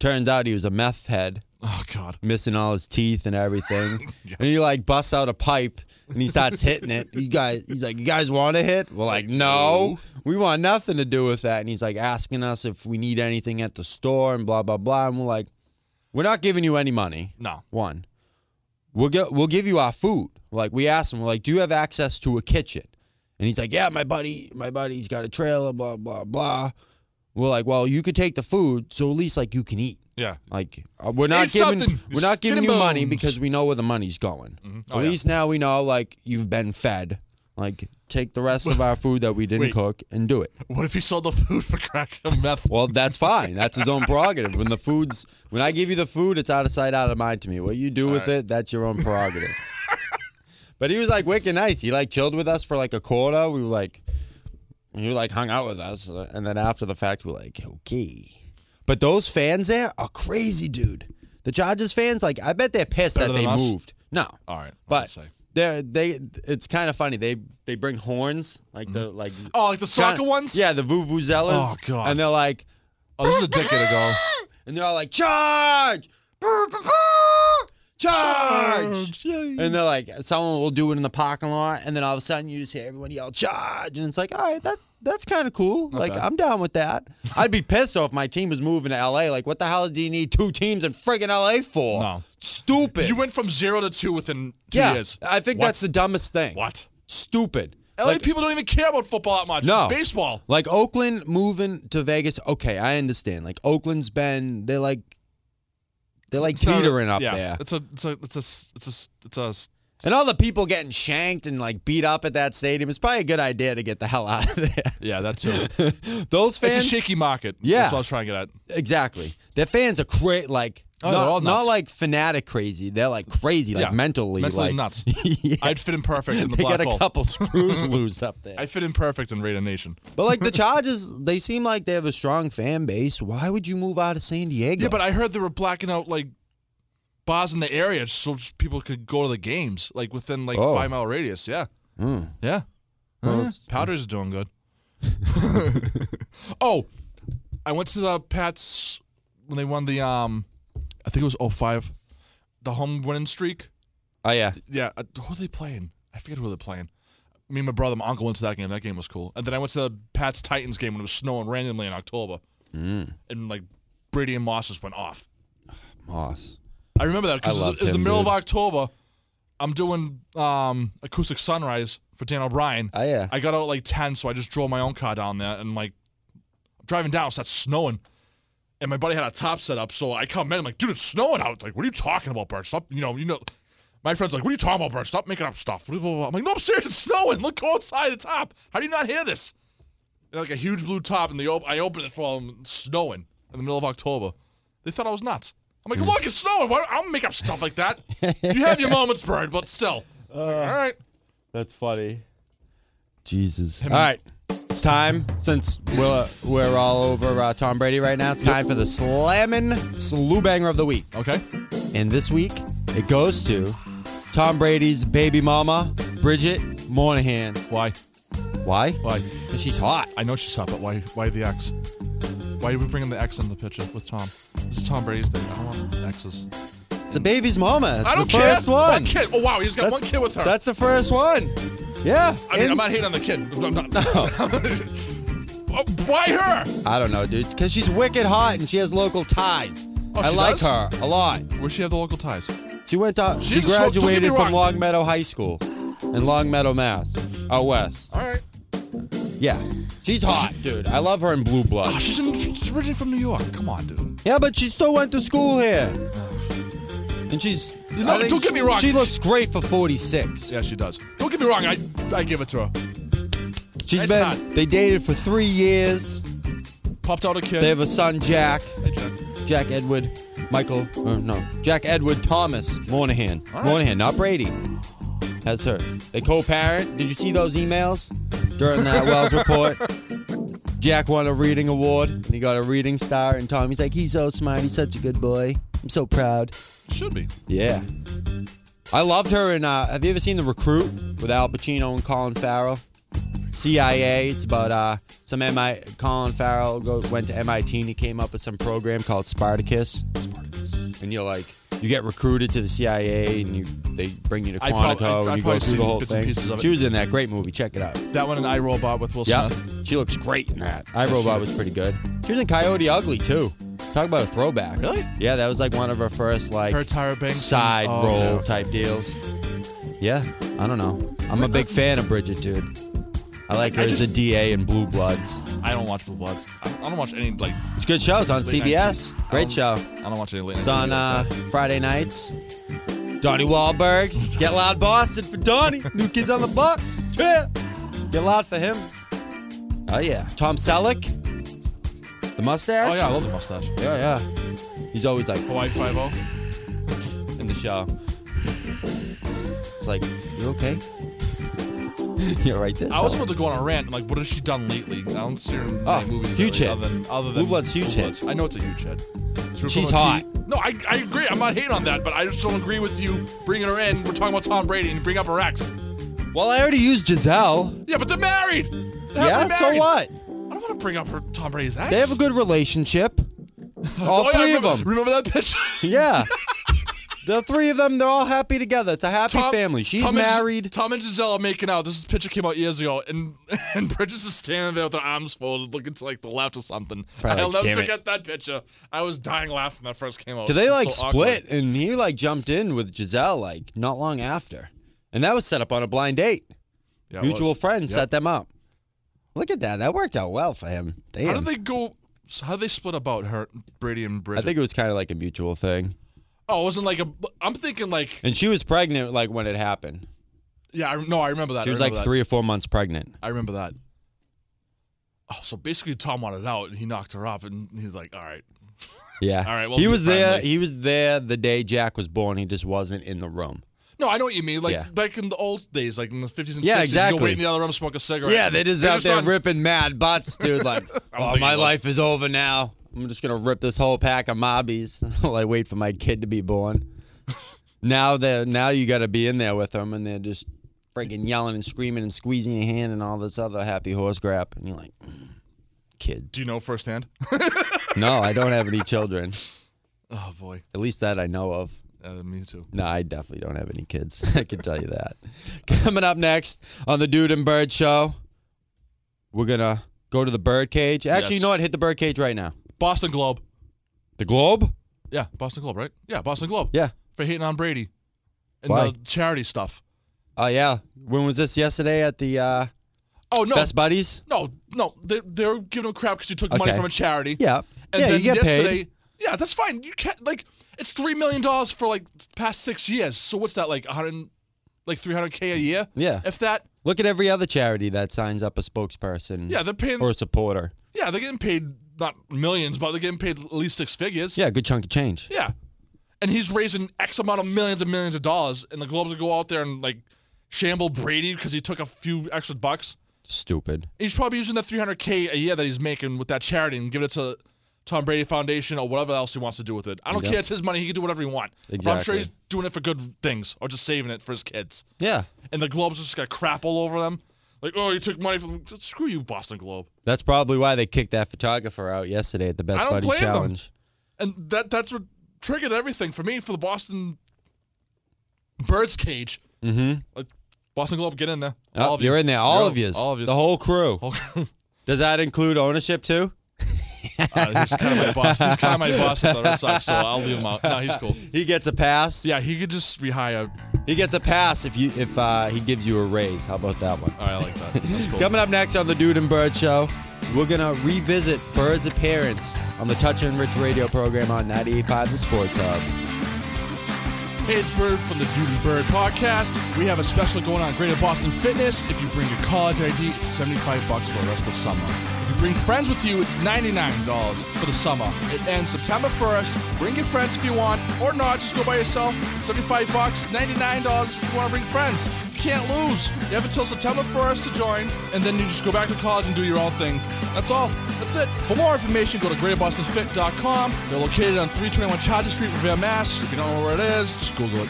S1: turns out he was a meth head
S2: oh God.
S1: missing all his teeth and everything. And he like busts out a pipe and he starts hitting it. You guys, he's like, "You guys want to hit?" We're like, "No, we want nothing to do with that." And he's like asking us if we need anything at the store and blah blah blah. And we're like, "We're not giving you any money."
S2: No.
S1: One, we'll go, we'll give you our food. Like we asked him, we're like, "Do you have access to a kitchen?" And he's like, "Yeah, my buddy, my buddy's got a trailer, blah blah blah." We're like, "Well, you could take the food, so at least like you can eat."
S2: Yeah.
S1: Like uh, we're not
S2: Eat
S1: giving
S2: something,
S1: we're not
S2: skin
S1: giving
S2: and
S1: you money
S2: bones.
S1: because we know where the money's going.
S2: Oh,
S1: At
S2: yeah.
S1: least now we know like you've been fed. Like take the rest of our food that we didn't
S2: Wait.
S1: cook and do it.
S2: What if he sold the food for crack and meth?
S1: Well, that's fine. That's his own prerogative. When the food's when I give you the food, it's out of sight, out of mind to me. What you do with it, that's your own prerogative. but he was like wicked nice. He like chilled with us for like a quarter. We were like he like hung out with us, uh, and then after the fact, we were like okay. But those fans there are crazy, dude. The Chargers fans, like I bet they're pissed
S2: Better
S1: that
S2: than
S1: they
S2: us?
S1: moved. No.
S2: All right.
S1: But
S2: What's it say?
S1: they they it's kind of funny. They they bring horns like the like
S2: Oh, like the soccer
S1: kinda-
S2: ones?
S1: Yeah, the vuvuzelas.
S2: Oh, God.
S1: And they're like
S2: Oh, this is a decade ago.
S1: and they're all like charge. Oh, Charge. And they're like someone will do it in the parking lot and then all of a sudden you just hear everyone yell charge and it's like, "All right, that that's kind of cool. Like
S2: bad.
S1: I'm down with that." I'd be pissed though if my team was moving to LA. Like what the hell do you need two teams in friggin' LA for?
S2: No.
S1: Stupid.
S2: You went from zero to two within two
S1: yeah,
S2: years.
S1: I think
S2: What?
S1: that's the dumbest thing.
S2: what.
S1: Stupid.
S2: LA
S1: Like-
S2: people don't even care about football that much.
S1: No.
S2: It's baseball.
S1: Like Oakland moving to Vegas, okay, I understand. Like Oakland's been they're like they're like
S2: It's not a-
S1: teetering up
S2: yeah,
S1: there.
S2: It's a it's a it's a s- it's a s- it's a s-
S1: And all the people getting shanked and like beat up at that stadium, it's probably a good idea to get the hell out of there.
S2: yeah. That's a,
S1: Those
S2: it's a
S1: fans
S2: shaky market.
S1: Yeah.
S2: That's what I was trying to get at.
S1: Exactly. Their fans are cra- like
S2: Oh, they're all
S1: not,
S2: nuts.
S1: not like fanatic crazy. They're like crazy, like
S2: Yeah.
S1: mentally.
S2: Mentally
S1: like,
S2: nuts.
S1: yeah,
S2: I'd fit in perfect in the
S1: they
S2: black
S1: got a
S2: hole.
S1: couple screws loose up there.
S2: I fit in perfect in Raider Nation.
S1: But like the Chargers, they seem like they have a strong fan base. Why would you move out of San Diego?
S2: Yeah, but I heard they were blacking out like bars in the area so just people could go to the games like within like
S1: Oh.
S2: five mile radius. Yeah,
S1: Mm.
S2: yeah.
S1: Well,
S2: Uh,
S1: it's-
S2: Powder's doing good. oh, I went to the Pats when they won the um, I think it was 05, the home winning streak.
S1: oh yeah.
S2: Yeah, uh, who are they playing? I forget who they're playing. Me and my brother, my uncle went to that game. That game was cool. And then I went to the Pats Titans game when it was snowing randomly in October,
S1: Mm.
S2: and like Brady and Moss just went off.
S1: Moss.
S2: I remember that
S1: I
S2: because it was,
S1: loved
S2: it was the
S1: him,
S2: middle
S1: dude.
S2: of October. I'm doing um, acoustic sunrise for Dan O'Brien.
S1: Oh yeah.
S2: I got out at, like ten, so I just drove my own car down there and like driving down, starts snowing. And my buddy had a top set up, so I come in, I'm like, dude, it's snowing out. Like, what are you talking about, Bert? Stop, you know, you know. My friend's like, what are you talking about, Bert? Stop making up stuff. Blah, blah, blah. I'm like, no, I'm serious, it's snowing. Look, go outside the top. How do you not hear this? And, like a huge blue top, and they op- I opened it for them, snowing in the middle of October. They thought I was nuts. I'm like, look, it's snowing. Why, I don't make up stuff like that. you have your moments, Bert, but still. All right.
S1: That's funny. Jesus. All right. It's time, since we're, we're all over uh, Tom Brady right now, it's time for the Slammin' Slew Banger of the Week.
S2: Okay.
S1: And this week, it goes to Tom Brady's baby mama, Bridget Moynihan.
S2: Why?
S1: Why?
S2: Why?
S1: Because she's hot.
S2: I know she's hot, but why? Why the X? Why are we bringing the X in the picture with Tom? This is Tom Brady's day. I don't want X's.
S1: It's the baby's mama. It's
S2: I don't
S1: the
S2: care.
S1: first one.
S2: kid. Oh wow, he's got one kid with her.
S1: That's the first one. Yeah.
S2: I mean,
S1: and-
S2: I'm not hating on the kid. I'm not- Oh, why her?
S1: I don't know, dude. Because she's wicked hot and she has local ties.
S2: Oh,
S1: I
S2: she
S1: like
S2: does?
S1: her a lot.
S2: Where she have the local ties?
S1: She went to, she
S2: She's a smoke- don't get me
S1: graduated from
S2: wrong.
S1: Long Meadow High School in Long Meadow, Mass. Out west.
S2: All right.
S1: Yeah. She's hot, dude. I love her in Blue
S2: Oh,
S1: Blood.
S2: she's, in, she's originally from New York. Come on, dude.
S1: Yeah, but she still went to school here. And she's.
S2: No,
S1: I think
S2: don't get me wrong.
S1: She looks great for 46.
S2: Yeah, she does. Don't get me wrong. I I give it to her.
S1: She's
S2: It's
S1: been.
S2: not.
S1: They dated for three years.
S2: Popped out a kid.
S1: They have a son, Jack.
S2: Hey, Jack.
S1: Jack Edward, Michael, or no, Jack Edward Thomas Moynihan.
S2: right.
S1: Moynihan, not Brady. That's her. They co-parent. Did you see those emails during that Wells report? Jack won a reading award and he got a reading star. And Tommy's like, he's so smart. He's such a good boy. I'm so proud.
S2: Should be.
S1: Yeah. I loved her in. Uh, have you ever seen The Recruit with Al Pacino and Colin Farrell? CIA. It's about uh, some MI. Colin Farrell go, went to MIT and he came up with some program called Spartacus.
S2: Spartacus.
S1: And you're like, you get recruited to the CIA and you they bring you to
S2: I prob-
S1: Quantico
S2: I- I
S1: and you go
S2: probably
S1: through the
S2: seen
S1: whole
S2: bits and
S1: thing.
S2: pieces of it.
S1: She was in that great movie. Check it out.
S2: That one and I Robot with Will
S1: Yeah,
S2: Smith.
S1: she looks great in that. I Robot was pretty good. She was in Coyote Ugly too. Talk about a throwback.
S2: Really?
S1: Yeah, that was like one of her first like
S2: Her Tyra Banks.
S1: side
S2: Oh,
S1: role
S2: yeah.
S1: type deals. Yeah, I don't know. I'm a big fan of Bridget, dude. I like her
S2: I
S1: as a
S2: just-
S1: DA in Blue Bloods.
S2: I don't watch Blue Bloods. I don't, I don't watch any like.
S1: It's good shows on
S2: late night
S1: CBS.
S2: TV. I
S1: Great show.
S2: don't- I don't watch any late
S1: It's on
S2: night TV
S1: uh,
S2: like that.
S1: Friday nights. Donnie Wahlberg. Get loud Boston for Donnie. New kids on the block. Yeah. Get loud for him. Oh, yeah. Tom Selleck. The mustache.
S2: Oh yeah, I love the mustache.
S1: Yeah, yeah. He's always like
S2: Hawaii Five O.
S1: in the show. It's like, you okay? You're right this.
S2: I was
S1: up.
S2: about to go on a rant. I'm like, what has she done lately? I don't see her in
S1: Oh,
S2: any movies
S1: huge
S2: lately
S1: hit.
S2: other than other than
S1: Blue Blood's huge hit.
S2: Bloods. I know it's a huge hit. So
S1: She's
S2: we're
S1: hot.
S2: going to- no, I, I agree. I'm not hating on that, but I just don't agree with you bringing her in. We're talking about Tom Brady and you bring up her ex.
S1: well, I already used Giselle.
S2: Yeah, but they're married. They're
S1: Yeah,
S2: happily
S1: so
S2: married.
S1: what?
S2: I don't want to bring up her Tom Brady's ex.
S1: They have a good relationship.
S2: Oh,
S1: All
S2: yeah, I
S1: three of
S2: remember-
S1: them.
S2: Remember that picture?
S1: Yeah. the three of them, they're all happy together. It's a happy
S2: Tom-
S1: family. She's
S2: Tom and Gis-
S1: married.
S2: Tom and Giselle are making out. This picture came out years ago, and and Bridges is standing there with her arms folded, looking to like the left or something.
S1: Probably
S2: I'll
S1: like,
S2: never
S1: "Damn it."
S2: forget that picture. I was dying laughing when that first came out.
S1: Cause they
S2: It's
S1: like
S2: so awkward.
S1: split, and he like jumped in with Giselle like not long after, and that was set up on a blind date.
S2: Yeah, it
S1: Mutual
S2: was.
S1: friend
S2: Yep.
S1: set them up. Look at that. That worked out well for him.
S2: How did
S1: Damn.
S2: they go? so How did they split about her, Brady and
S1: I
S2: Bridget?
S1: think it was kind of like a mutual thing,
S2: Oh, it wasn't like a. I'm thinking like.
S1: and she was pregnant like when it happened.
S2: Yeah, I, no, I remember that.
S1: She
S2: I
S1: was like
S2: remember that.
S1: three or four months pregnant.
S2: I remember that. Oh, so basically Tom wanted out, and he knocked her up, and he's like, "All right,
S1: Yeah.
S2: All right, well,
S1: he
S2: be
S1: was there.
S2: friendly.
S1: He was there the day Jack was born. He just wasn't in the room.
S2: No, I know what you mean. Like
S1: Yeah.
S2: back in the old days, like in the fifties and
S1: Yeah,
S2: 60s,
S1: exactly.
S2: You go wait in the other room, smoke a cigarette.
S1: Yeah, they're just out there
S2: on-
S1: ripping mad butts, dude. Like, oh,
S2: thinking
S1: my
S2: it was-
S1: life is over now. I'm just gonna rip this whole pack of mobbies while I wait for my kid to be born. now they now you got to be in there with them, and they're just freaking yelling and screaming and squeezing your hand and all this other happy horse crap, and you're like, "Mm, kid.
S2: Do you know firsthand?
S1: No, I don't have any children.
S2: oh boy,
S1: At least that I know of.
S2: uh, me too.
S1: No, I definitely don't have any kids. I can tell you that. Coming up next on the Dude and Bird Show, we're gonna go to the bird cage. Actually, you
S2: Yes.
S1: know what? Hit the bird cage right now.
S2: Boston Globe.
S1: The Globe?
S2: Yeah, Boston Globe, right? Yeah, Boston Globe.
S1: Yeah.
S2: For hating on Brady and
S1: Why?
S2: the charity stuff.
S1: Oh yeah. When was this? Yesterday at the uh
S2: Oh no,
S1: Best buddies.
S2: no, no. They, they're giving him crap because you took money
S1: Okay.
S2: from a charity.
S1: Yeah.
S2: And
S1: yeah,
S2: then
S1: you get
S2: yesterday,
S1: paid.
S2: yeah, that's fine. You can't like it's three million dollars for like past six years. So what's that like? a hundred, like three hundred k a year.
S1: Yeah.
S2: If that,
S1: Look at every other charity that signs up a spokesperson
S2: yeah, they're paying.
S1: or a supporter.
S2: yeah, they're getting paid not millions, but they're getting paid at least six figures.
S1: Yeah, good chunk of change.
S2: Yeah. And he's raising X amount of millions and millions of dollars, and the Globes will go out there and like shamble Brady because he took a few extra bucks.
S1: Stupid.
S2: He's probably using that 300k a year that he's making with that charity and giving it to Tom Brady Foundation or whatever else he wants to do with it. I don't
S1: Yeah.
S2: care. It's his money. He can do whatever he wants. But I'm sure
S1: Exactly.
S2: he's doing it for good things or just saving it for his kids.
S1: Yeah.
S2: And the Globes just got crap all over them. Like, oh, you took money from screw you, Boston Globe.
S1: That's probably why they kicked that photographer out yesterday at the Best
S2: I don't
S1: Buddies
S2: blame them.
S1: Challenge.
S2: and that that's what triggered everything for me for the Boston Birds cage.
S1: Mhm.
S2: Like, Boston Globe, get in there.
S1: Oh,
S2: all of you.
S1: you're in there. All
S2: You're
S1: of yous.
S2: All of you.
S1: The whole crew.
S2: Whole crew.
S1: Does that include ownership too?
S2: Uh, he's kind of my boss. He's kind of my boss at the Red Sox, so I'll leave him out. No, he's cool.
S1: He gets a pass.
S2: Yeah, he could just rehire.
S1: He gets a pass if you if uh, he gives you a raise. How about that one?
S2: All right, I like that. That's cool.
S1: Coming up next on the Dude and Bird Show, we're gonna revisit Bird's appearance on the Touch and Rich Radio program on 98.5 The Sports Hub.
S2: Hey, it's Bird from the Dude and Bird podcast. We have a special going on at Greater Boston Fitness. If you bring your college ID, it's 75 bucks for the rest of the summer. If you bring friends with you, it's $99 for the summer. It ends September 1st. Bring your friends if you want, or not, just go by yourself. 75 bucks, $99 if you want to bring friends. You can't lose. You have until September 1st to join, and then you just go back to college and do your own thing. That's all. That's it. For more information, go to greaterbostonfit.com. They're located on 321 Charter Street, Revere, Mass. If you don't know where it is, just Google it.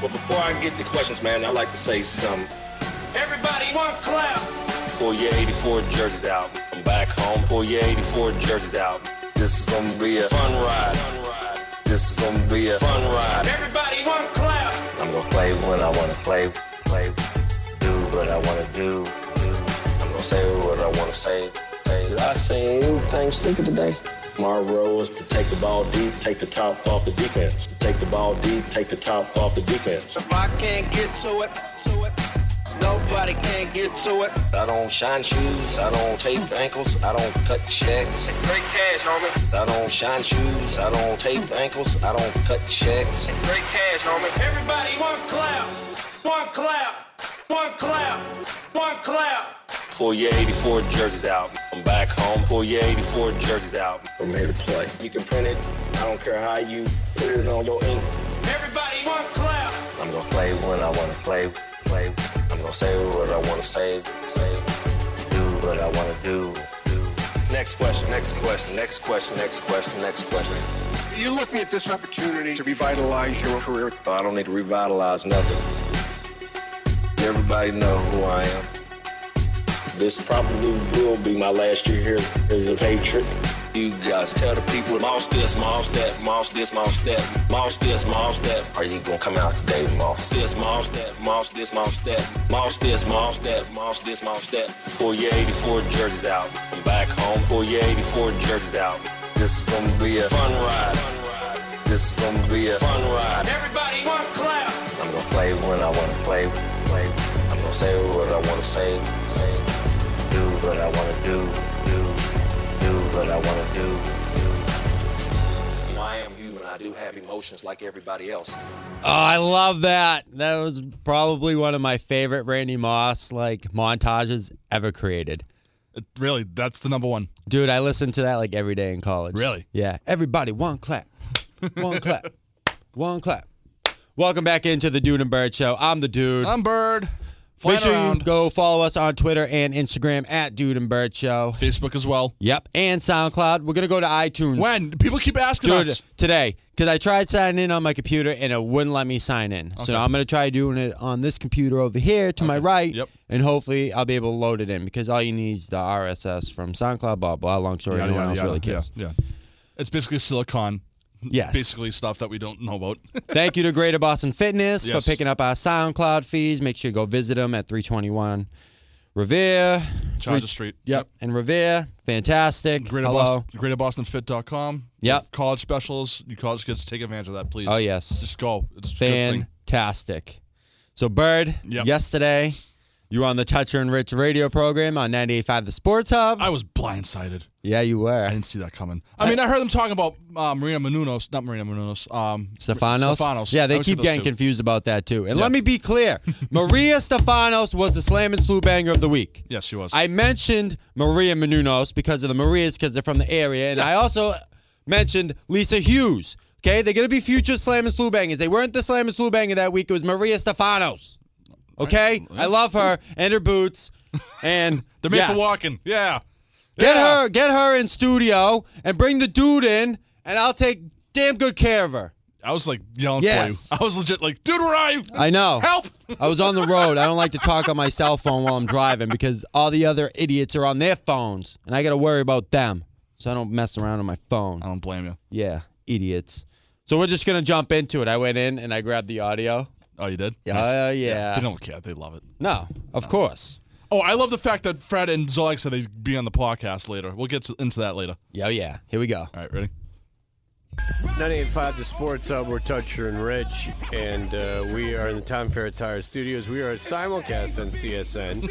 S3: But before I get to questions, man, I'd like to say some. Everybody, one clap. For your 84 jerseys out. I'm back home. For your 84 jerseys out. This is gonna be a fun ride. This is gonna be a fun ride. Everybody, one clap.
S4: I'm gonna play when I wanna play, play, do what I wanna do. do. I'm gonna say what I wanna say. say.
S3: I seen anything stinking today. My role is to take the ball deep, take the top off the defense. Take the ball deep, take the top off the defense.
S5: If I can't get to it, to it, nobody can get to it.
S4: I don't shine shoes, I don't tape ankles, I don't cut checks.
S5: Great cash, homie.
S4: I don't shine shoes, I don't tape ankles, I don't cut checks.
S5: Great cash, homie. Everybody, one clap, one clap, one clap, one clap.
S3: Pull your 84 jerseys out. I'm back home. Pull your 84 jerseys out. I'm here to play. You can print it. I don't care how you put it on your ink.
S5: Everybody, one clap.
S4: I'm gonna play when I wanna play, play. I'm gonna say what I wanna say, say. Do what I wanna do, do.
S3: Next question, next question, next question, next question, next question.
S6: You're looking at this opportunity to revitalize your career.
S4: I don't need to revitalize nothing. Everybody know who I am.
S3: This probably will be my last year here as a patriot.
S4: You guys tell the people, moss this, moss that, moss this, moss that, moss this, moss that. Are you gonna come out today, moss this, moss that, moss this, moss that, moss this, moss that, moss this, moss that?
S3: Pull your 84 jerseys out. I'm back home. Pull your 84 jerseys out. This is gonna be a fun ride. This is gonna be a fun ride.
S5: Everybody, one clap.
S4: I'm gonna play when I wanna play, play. I'm gonna say what I wanna say, say. Do what I wanna do, do. Do what I wanna do, do.
S3: You know, I am human. I do have emotions like everybody else.
S1: Oh, I love that. That was probably one of my favorite Randy Moss like montages ever created.
S2: It, really, that's the number one.
S1: Dude, I listened to that like every day in college.
S2: Really?
S1: Yeah. Everybody, one clap. One clap. One clap. Welcome back into the Dude and Bird Show. I'm the dude.
S2: I'm Bird. Flying
S1: Make sure
S2: around.
S1: you go follow us on Twitter and Instagram at Dude and Bird Show.
S2: Facebook as well.
S1: Yep. And SoundCloud. We're going to go to iTunes.
S2: When people keep asking
S1: Dude,
S2: us,
S1: today, because I tried signing in on my computer and it wouldn't let me sign in. So now I'm going to try doing it on this computer over here to my right.
S2: Yep.
S1: And hopefully I'll be able to load it in because all you need is the RSS from SoundCloud, blah, blah. Long story.
S2: Yada,
S1: no one
S2: yada,
S1: else
S2: yada.
S1: really cares.
S2: Yeah, yeah. It's basically silicon.
S1: Yes.
S2: Basically stuff that we don't know about.
S1: Thank you to Greater Boston Fitness
S2: Yes.
S1: for picking up our SoundCloud fees. Make sure you go visit them at 321 Revere.
S2: Charger Street.
S1: Yep. And Revere. Fantastic.
S2: Greater
S1: Hello.
S2: Boston, GreaterBostonFit.com.
S1: Yep.
S2: College specials. You college kids take advantage of that, please.
S1: Oh, yes.
S2: Just go. It's a good thing.
S1: Fantastic. So, Bird,
S2: Yep.
S1: yesterday, You on the Toucher and Rich radio program on 98.5 The Sports Hub.
S2: I was blindsided.
S1: yeah, you
S2: I
S1: were.
S2: didn't see that coming. I mean, I heard them talking about uh, Marina Menounos, not Marina Menounos. Um,
S1: Stefanos?
S2: Stefanos.
S1: Yeah,
S2: I
S1: they
S2: always get
S1: keep
S2: those
S1: getting
S2: two.
S1: confused about that too. And
S2: Yeah.
S1: let me be clear Maria Stefanos was the slam and slew banger of the week.
S2: Yes, she was.
S1: I mentioned Maria Menounos because of the Marias, because they're from the area, and I also mentioned Lisa Hughes. Okay, they're gonna be future slam and slew bangers. They weren't the slam and slew banger that week. It was Maria Stefanos. Okay, I love her and her boots, and
S2: They're made
S1: yes.
S2: for walking. Yeah.
S1: Get
S2: Yeah.
S1: her, get her in studio, and bring the dude in, and I'll take damn good care of her.
S2: I was like yelling
S1: Yes.
S2: for you. I was legit like, dude, where are you?
S1: I know.
S2: Help!
S1: I was on the road. I don't like to talk on my cell phone while I'm driving because all the other idiots are on their phones, and I got to worry about them. So I don't mess around on my phone.
S2: I don't blame you.
S1: Yeah, idiots. So we're just gonna jump into it. I went in and I grabbed the audio.
S2: Oh, you did?
S1: Yeah,
S2: Nice.
S1: yeah.
S2: They don't care. They love it.
S1: No, of course.
S2: Oh, I love the fact that Fred and Zolik said they'd be on the podcast later. We'll get to, into that later.
S1: Yeah, yeah. Here we go.
S2: All right, ready?
S7: 985 The Sports Hub, we're Toucher and Rich, and uh, we are in the Tom Fair Tire Studios. We are simulcast on CSN,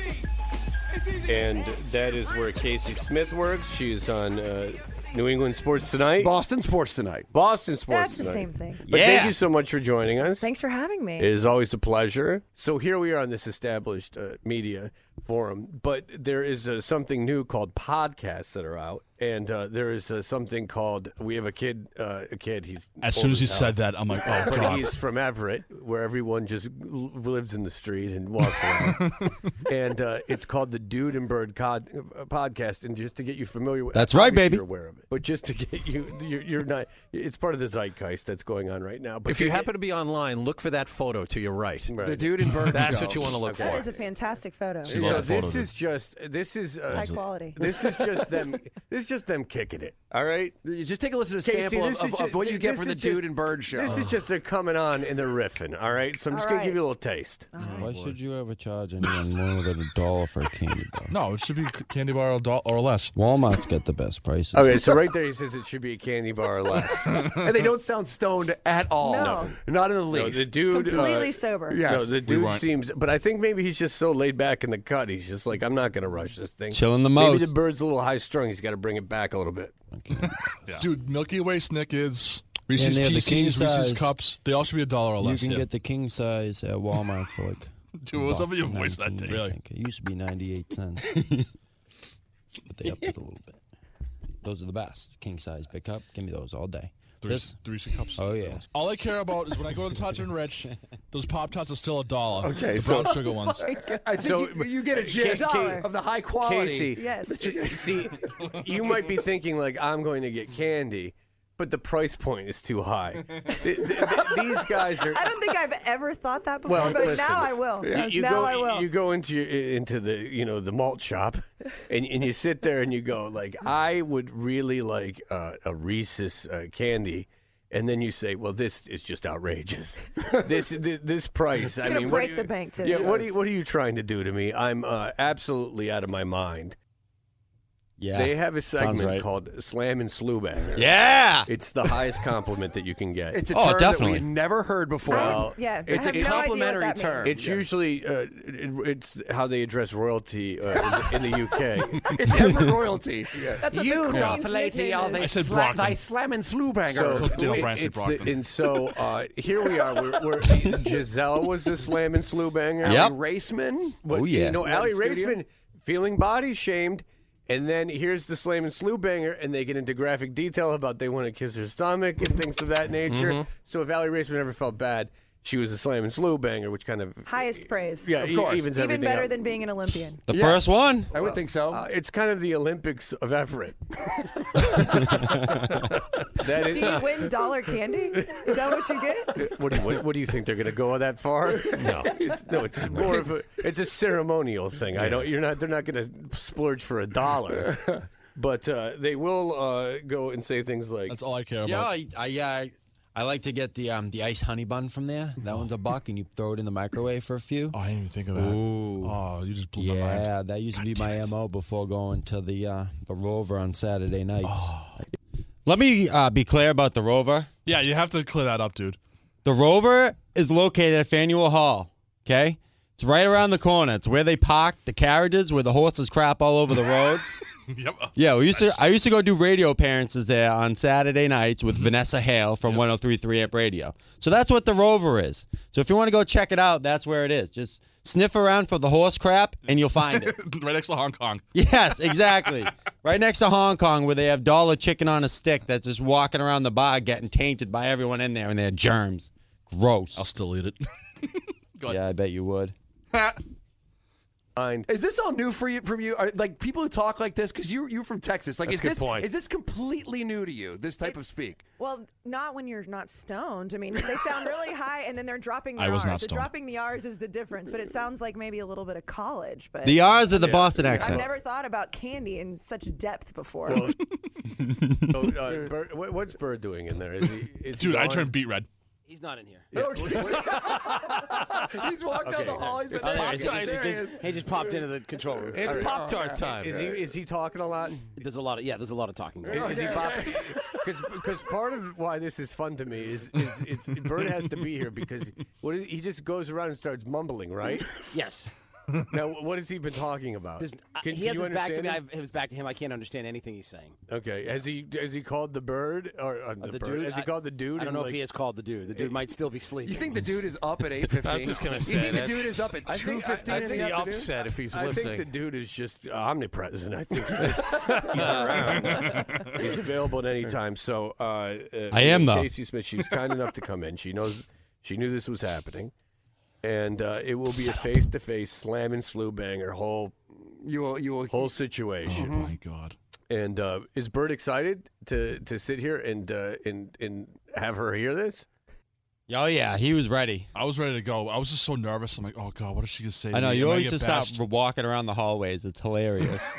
S7: and that is where Casey Smith works. She's on uh, New England Sports Tonight,
S8: Boston sports tonight.
S7: Boston Sports
S9: That's the same
S7: Tonight.
S9: thing.
S7: But
S1: Yeah.
S7: thank you so much for joining us.
S9: Thanks for having me.
S7: It is always a pleasure. So here we are on this established uh, media forum, but there is uh, something new called podcasts that are out, and uh, there is uh, something called we have a kid, uh, a kid. He's
S2: As soon
S7: old
S2: as you
S7: hell.
S2: said that, I'm like, oh,
S7: But
S2: God.
S7: he's from Everett, where everyone just l- lives in the street and walks around. and uh, it's called the Dude and Bird Cod- uh, podcast. And just to get you familiar with
S1: That's right,
S7: obviously
S1: baby.
S7: You're aware of it. But just to get you, you're, you're not, it's part of the zeitgeist that's going on right now. But
S8: If you
S7: to get-
S8: happen to be online, look for that photo to your right.
S7: Right.
S8: The dude in bird. That's
S7: Show.
S8: what you want to look
S9: that
S8: for.
S9: is a fantastic photo.
S2: loves
S7: so
S2: the photo,
S7: this
S2: dude.
S7: is just this is uh,
S9: High quality.
S7: This is just them. This is just them kicking it. All right.
S8: just take a listen to a
S7: Casey,
S8: sample of,
S7: this is
S8: of,
S7: ju-
S8: of what you get
S7: this
S8: for
S7: is
S8: the
S7: just-
S8: dude and bird show.
S7: This is just they're coming on and they're riffing. All right. So I'm just gonna
S9: All right. Uh-huh.
S7: give you a little taste.
S1: Why should you ever charge anyone more than a dollar for a candy bar?
S2: No, it should be c- candy bar or, doll- or less.
S1: Walmart's got the best prices.
S7: Okay. So right there, he says it should be a candy bar or less.
S8: and they don't sound stoned at all.
S9: No.
S8: Not in the least.
S7: No, the dude
S9: Completely
S7: uh,
S9: sober.
S8: Yeah.
S7: No,
S8: Yes,
S7: the dude
S2: weren't.
S7: seems, but I think maybe he's just so laid back in the cut. He's just like, I'm not going to rush this thing.
S1: Chilling the
S7: Maybe
S1: most.
S7: the bird's a little high strung. He's got to bring it back a little bit.
S2: Dude, Milky Way Snickers, Reese's
S1: they have the king
S2: Pieces, Reese's
S1: size.
S2: Cups, they all should be a dollar or less. yeah.
S1: the king size at Walmart for like.
S2: Dude, what's up with your voice that day? Really?
S1: It used to be 98 cents, but they upped it a little bit. Those are the best. King size big cup. Give me those all day.
S2: The Reese- the Reese's Cups.
S1: Oh, yeah.
S2: All I care about is when I go to Tots and Rich, those Pop Tarts are still a dollar. Okay, the brown sugar ones.
S8: I think
S7: So-
S8: you, you get a gist
S9: Casey-
S8: of the high quality.
S7: Casey,
S9: Yes.
S7: see, you might be thinking, like, I'm going to get candy, but the price point is too high. Th- th- th- these guys are.
S9: I don't think I've ever thought that before,
S7: Well,
S9: but
S7: listen.
S9: now I will.
S7: You- You
S9: now
S7: go,
S9: I will.
S7: You go into your- into the you know the malt shop, and, and you sit there and you go like, I would really like uh, a Reese's uh, candy, and then you say, well, this is just outrageous. this this, this price. I
S9: Gonna
S7: mean, what
S9: break
S7: are you-
S9: the bank today.
S7: Yeah. What are you, what are you trying to do to me? I'm uh, absolutely out of my mind.
S1: Yeah.
S7: They have a segment
S1: right.
S7: called Slam and Slew Banger.
S1: yeah.
S7: It's the highest compliment that you can get.
S8: It's a
S1: Oh,
S8: term that
S1: definitely.
S8: we had never heard before.
S7: Well,
S9: Oh, yeah,
S8: it's
S9: I have
S8: a
S9: no idea
S8: complimentary
S9: what that
S8: term.
S9: means.
S7: It's usually uh, it, it's how they address royalty uh, in, the, in the UK.
S8: It's ever royalty.
S9: That's what the
S8: you
S9: Queen's
S8: lady,
S9: nickname
S8: are
S9: is.
S8: they,
S2: I said
S8: sla-
S2: Brockton.
S8: they slam and slew banger.
S2: So- Dale Bryant said
S7: it's the-
S2: Brockton.
S7: and so uh, here we are. We're, we're, Giselle was the slam and slew banger.
S1: Yep.
S8: Raceman.
S7: What-
S1: Oh, yeah.
S7: You know,
S8: in
S7: Allie
S8: the studio?
S7: Raisman feeling body shamed. And then here's the slam and slew banger, and they get into graphic detail about they want to kiss her stomach and things of that nature.
S1: Mm-hmm.
S7: So if Allie Raisman ever felt bad, she was a slam and slew banger, which kind of
S9: Highest praise.
S7: yeah,
S8: Of
S7: e-
S8: course.
S7: evens
S9: Even
S7: everything
S9: better
S7: out.
S9: than being an Olympian.
S1: The first one.
S8: I would think so.
S7: Uh, it's kind of the Olympics of Everett. that is, uh,
S9: Do you win dollar candy? Is that what you get?
S7: what, do you, what, what do you think they're going to go that far? No, it's, no, it's more of a it's a ceremonial thing. I don't. You're not. They're not going to splurge for a dollar, but uh, they will uh, go and say things like,
S2: That's all I care
S1: Yeah,
S2: about.
S1: I, I, yeah. I, I like to get the um the ice honey bun from there. That one's a buck, and you throw it in the microwave for a few.
S2: Oh, I didn't even think of that. Oh, you just blew my mind.
S1: yeah, that used to be my mo before going to the uh, the Rover on Saturday nights. Oh. Let me uh, be clear about the Rover.
S2: Yeah, you have to clear that up, dude.
S1: The Rover is located at Faneuil Hall. Okay, It's right around the corner. It's where they park the carriages, where the horses crap all over the road.
S2: Yep.
S1: Yeah, we used to. I used to go do radio appearances there on Saturday nights with Vanessa Hale from 103.3 Amp Radio. So that's what the Rover is. So if you want to go check it out, that's where it is. Just sniff around for the horse crap, and you'll find it.
S2: right next to Hong Kong.
S1: yes, exactly. Right next to Hong Kong, where they have dollar chicken on a stick that's just walking around the bar, getting tainted by everyone in there, and they're germs. Gross.
S2: I'll still eat it.
S1: yeah, I bet you would.
S7: Mind.
S8: Is this all new for you? From you, Are, like people who talk like this, because you you're from Texas. Like,
S7: That's
S8: is
S7: a good
S8: this
S7: point.
S8: is this completely new to you? This type of
S9: It's-
S8: speak.
S9: Well, not when you're not stoned. I mean, they sound really high, and then they're dropping the
S2: I was
S9: R's.
S2: not
S9: the
S2: stoned.
S9: dropping the R's is the difference, but it sounds like maybe a little bit of college. But
S1: The R's of the Boston
S9: I've
S1: accent.
S9: never thought about candy in such depth before.
S7: So, uh, Bird, what, what's Bird doing in there? Is he, is he
S2: Dude, I
S7: gone?
S2: turned beet red.
S10: He's not in here.
S8: he's walked down the hall. He's been
S10: Oh, there
S8: popped
S10: he is. He just-
S8: There he is.
S10: He just popped into the control room.
S7: It's
S8: Pop Tart time.
S7: Is he is he talking a lot?
S10: There's a lot of yeah. There's a lot of talking. going on.
S7: Is, is he popping? Because part of why this is fun to me is is it's, Bird has to be here because what is, he just goes around and starts mumbling, right?
S10: Yes.
S7: now, what has he been talking about?
S10: There's- I-
S7: Can-
S10: he
S7: can
S10: has
S7: you
S10: his back to
S7: understand
S10: me. I
S7: him?
S10: have his back to him. I can't understand anything he's saying.
S7: Okay, has he has he called the bird or uh, the,
S10: The
S7: bird?
S10: dude.
S7: Has he
S10: I-
S7: called the dude?
S10: I don't
S7: and,
S10: know
S7: like-
S10: if he has called the dude. The dude might still be sleeping.
S8: You think the dude is up at eight fifteen? I'm just gonna say You think the dude is up at two fifteen in the afternoon?
S11: if he's
S7: I think the dude is just omnipresent. I think he's, just, he's around. he's available at any time. So uh, uh,
S1: I am, though.
S7: Casey Smith. She's kind enough to come in. She knows. She knew this was happening, and uh, it will be a face-to-face slam and slew banger whole
S8: You will. You will.
S7: whole situation.
S2: Oh my god.
S7: And uh, is Bird excited to to sit here and uh, and and have her hear this?
S1: Oh yeah, he was ready.
S2: I was ready to go. I was just so nervous. I'm like, oh god, what is she gonna say? to
S1: I know
S2: me?
S1: you
S2: Am
S1: always
S2: get
S1: just
S2: bashed?
S1: stop walking around the hallways. It's hilarious.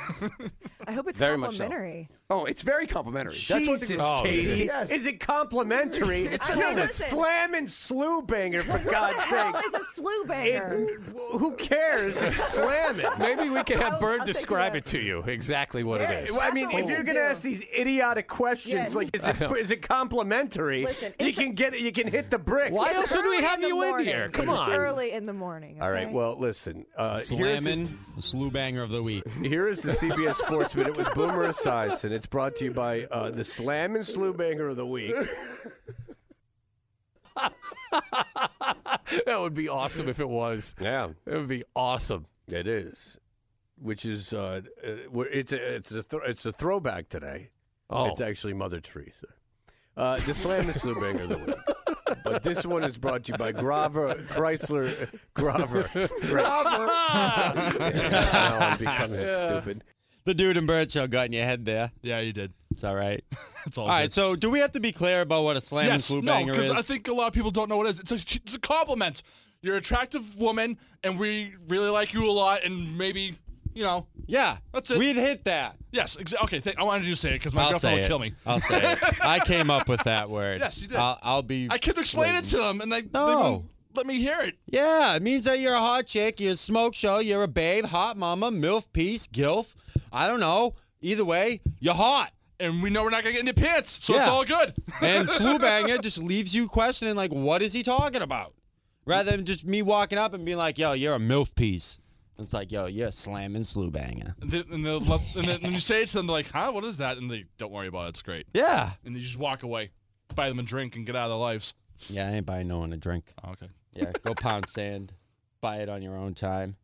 S9: I hope it's
S10: Very much so.
S9: complimentary.
S8: Oh, it's very complimentary. That's what the,
S7: Jesus, Katie.
S8: Yes.
S7: Is it complimentary?
S8: It's
S7: I
S8: a
S7: know the
S9: listen.
S7: slam and slew banger, for God's
S9: Hell,
S7: sake.
S9: it's a slew
S7: It-
S9: banger.
S7: who cares? slam it.
S11: Maybe we could
S9: I'll-
S11: have Bird
S9: I'll take
S11: describe
S9: that.
S11: it to you exactly what it
S9: Yes.
S11: is.
S7: I mean,
S9: That's what
S7: if
S9: we
S7: you're
S9: should
S7: going to
S9: do.
S7: ask these idiotic questions,
S9: Yes.
S7: like is it is it complimentary?
S9: Listen,
S7: you
S9: it's a-
S7: can get it. You can hit the bricks.
S11: Why
S9: It's
S11: else would we
S9: early
S11: have
S9: the
S11: you in
S9: morning.
S11: here? Come
S9: It's
S11: on.
S9: early in the morning.
S7: All right.
S9: okay?
S7: Well, listen. Uh, here's the-
S1: Slamming, the slew banger of the week.
S7: Here is the CBS Sports Minute with Boomer Esiason. It's brought to you by uh, the Slam and Slew Banger of the Week.
S11: that would be awesome if it was.
S7: Yeah,
S11: It would be awesome.
S7: it is. Which is uh, uh, wh- it's a, it's a thro it's a throwback today.
S11: Oh,
S7: It's actually Mother Teresa. Uh, the Slam and Slew Banger of the Week. But this one is brought to you by Grover Chrysler Grover. Grover. now I'm becoming stupid.
S1: The dude and Bird show got in your head there.
S2: Yeah, you did.
S1: It's all right.
S2: It's all.
S1: All right.
S2: good.
S1: So do we have to be clear about what a slam and
S2: yes,
S1: slew
S2: no,
S1: banger
S2: because
S1: is?
S2: I think a lot of people don't know what it is. It's a, it's a compliment. You're an attractive woman, and we really like you a lot, and maybe you know.
S1: yeah,
S2: That's it.
S1: We'd hit that.
S2: Yes, exa- okay. Th- I wanted you to say it because my
S1: I'll
S2: girlfriend
S1: say
S2: would
S1: it.
S2: kill me.
S1: I'll say it. I came up with that word.
S2: Yes, you did.
S1: I'll, I'll be.
S2: I kept explaining it to them, and they, they
S1: No.
S2: wouldn't let me hear it.
S1: Yeah, it means that you're a hot chick, you're a smoke show, you're a babe, hot mama, milf, piece, gilf. I don't know. Either way, you're hot.
S2: And we know we're not gonna get in your pants, so it's
S1: Yeah.
S2: all good.
S1: And slew banger just leaves you questioning, like, what is he talking about? Rather than just me walking up and being like, yo, you're a milf piece. It's like, yo, you're a slamming slew banger.
S2: And they- and, they'll love- and then when you say it to them, they're like, "Huh? What is that?" And they don't worry about it. It's great.
S1: Yeah.
S2: And you just walk away, buy them a drink, and get out of their lives. Oh,
S1: Yeah, I ain't buying no one a drink.
S2: Okay.
S1: Yeah, go pound sand. Buy it on your own time.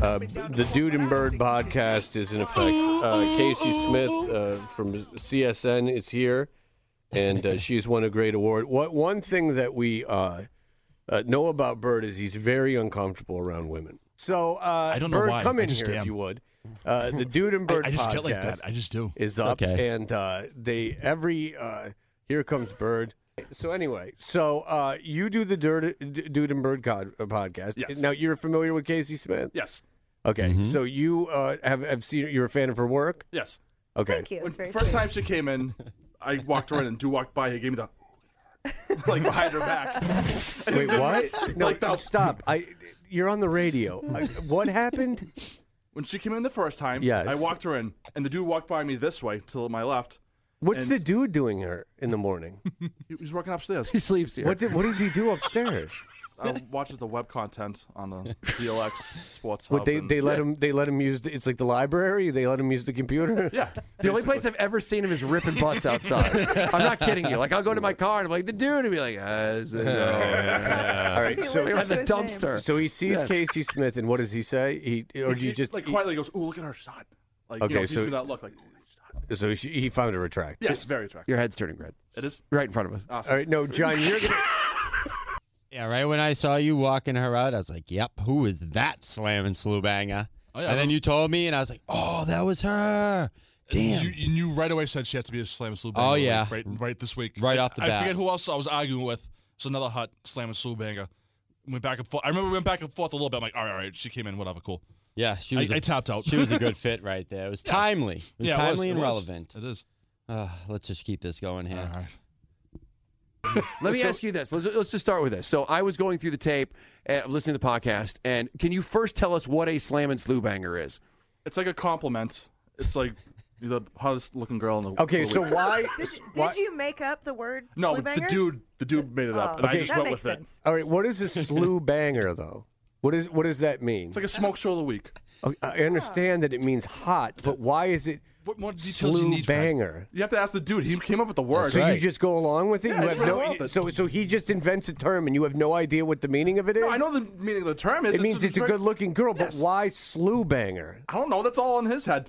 S7: Uh, the Dude and Bird podcast is in effect. Uh, Casey Smith uh, from CSN is here, and uh, she's won a great award. What one thing that we uh, uh, know about Bird is he's very uncomfortable around women. So uh,
S2: I don't know
S7: Bird,
S2: why.
S7: come
S2: I
S7: in
S2: just
S7: here if
S2: am.
S7: you would. Uh, the Dude and Bird
S2: I, I just
S7: podcast
S2: get like that. I just do.
S7: is up,
S1: Okay.
S7: and uh, they every uh, here comes Bird. So anyway, so uh, you do the Dirt, D- Dude and Bird cod, uh, podcast.
S2: Yes.
S7: Now you're familiar with Casey Smith.
S2: Yes.
S7: Okay,
S2: Mm-hmm.
S7: so you uh, have have seen you're a fan of her work.
S2: Yes.
S7: Okay,
S9: Thank you.
S2: When-
S9: It's very
S2: first
S9: sweet.
S2: time she came in, I walked her in and Dew walked by. He gave me the like behind her back.
S7: wait, what? No, stop! I you're on the radio. I, what happened?
S2: When she came in the first time,
S7: Yes.
S2: I walked her in, and the dude walked by me this way to my left.
S7: What's
S2: And-
S7: the dude doing her in the morning?
S2: He was working upstairs.
S8: He sleeps here.
S7: What did, what does he do upstairs?
S2: I watches the web content on the DLX Sports
S7: What
S2: Hub
S7: they
S2: and-
S7: they let
S2: Yeah.
S7: him they let him use the, it's like the library. They let him use the computer.
S11: Yeah. The only place I've ever seen him is ripping butts outside. I'm not kidding you. Like I'll go to my car and I'm like the dude and be like, uh, is uh, it- no.
S7: All right, so
S11: Like, at the dumpster.
S7: So he sees
S11: Yeah.
S7: Casey Smith, and what does he say? He or do you just
S2: like
S7: he-
S2: quietly goes, "Ooh, look at our shot." Like
S7: Okay,
S2: you know, gives
S7: so-
S2: me that look like
S7: so he, he found a retract.
S2: Yes, very attractive.
S11: Your head's turning red.
S2: It is
S11: right in front of us.
S2: Awesome.
S7: All right, no, John, you're gonna,
S1: Yeah, right when I saw you walking her out, I was like, yep, who is that slamming Slubanger?
S2: Oh, yeah,
S1: and then
S2: I'm-
S1: you told me, and I was like, oh, that was her. Damn.
S2: You, you knew right away said she has to be a slam and slew banger.
S1: Oh,
S2: like,
S1: yeah.
S2: right, right this week.
S1: Right
S2: And
S1: off the
S2: I
S1: bat.
S2: forget who else I was arguing with. It's another hot slam and slew banger. Went back and forth. I remember we went back and forth a little bit. I'm like, all right, all right. She came in, whatever, cool.
S1: Yeah, she
S2: I-
S1: was. a-
S2: I tapped out.
S1: She was a good fit right there. It was
S2: Yeah.
S1: timely. It was
S2: Yeah, it was,
S1: timely
S2: it
S1: and
S2: was.
S1: relevant.
S2: It is.
S1: Uh, let's just keep this going here.
S11: Let me ask you this. Let's, let's just start with this. So I was going through the tape, uh, listening to the podcast, and can you first tell us what a slam and slew banger is?
S2: It's like a compliment. It's like you're the hottest looking girl in the
S11: Okay,
S2: the
S11: so
S2: week.
S11: why-
S9: Did, did
S7: Why-
S9: you make up the word?
S2: No,
S9: slew
S2: the
S9: banger?
S2: dude, the dude made it up,
S9: Oh,
S2: and
S9: okay.
S2: I just
S9: That
S2: went
S9: makes
S2: with it.
S9: sense.
S7: all right, what is a slew banger though? What is what does that mean? It's
S2: like a smoke show of the week.
S7: I understand that it means hot, but why is it
S2: What more details
S7: slew
S2: you need? Fred?
S7: banger?
S2: You have to ask the dude. He came up with the word.
S7: So you just go along with it?
S2: Yeah,
S7: you
S2: I
S7: have
S2: just went
S7: no,
S2: along with it.
S7: so so he just invents a term and you have no idea what the meaning of it is?
S2: No, I know the meaning of the term is.
S7: It means
S2: just
S7: it's a
S2: very-
S7: good looking girl, but
S2: Yes.
S7: why slew banger?
S2: I don't know. That's all in his head.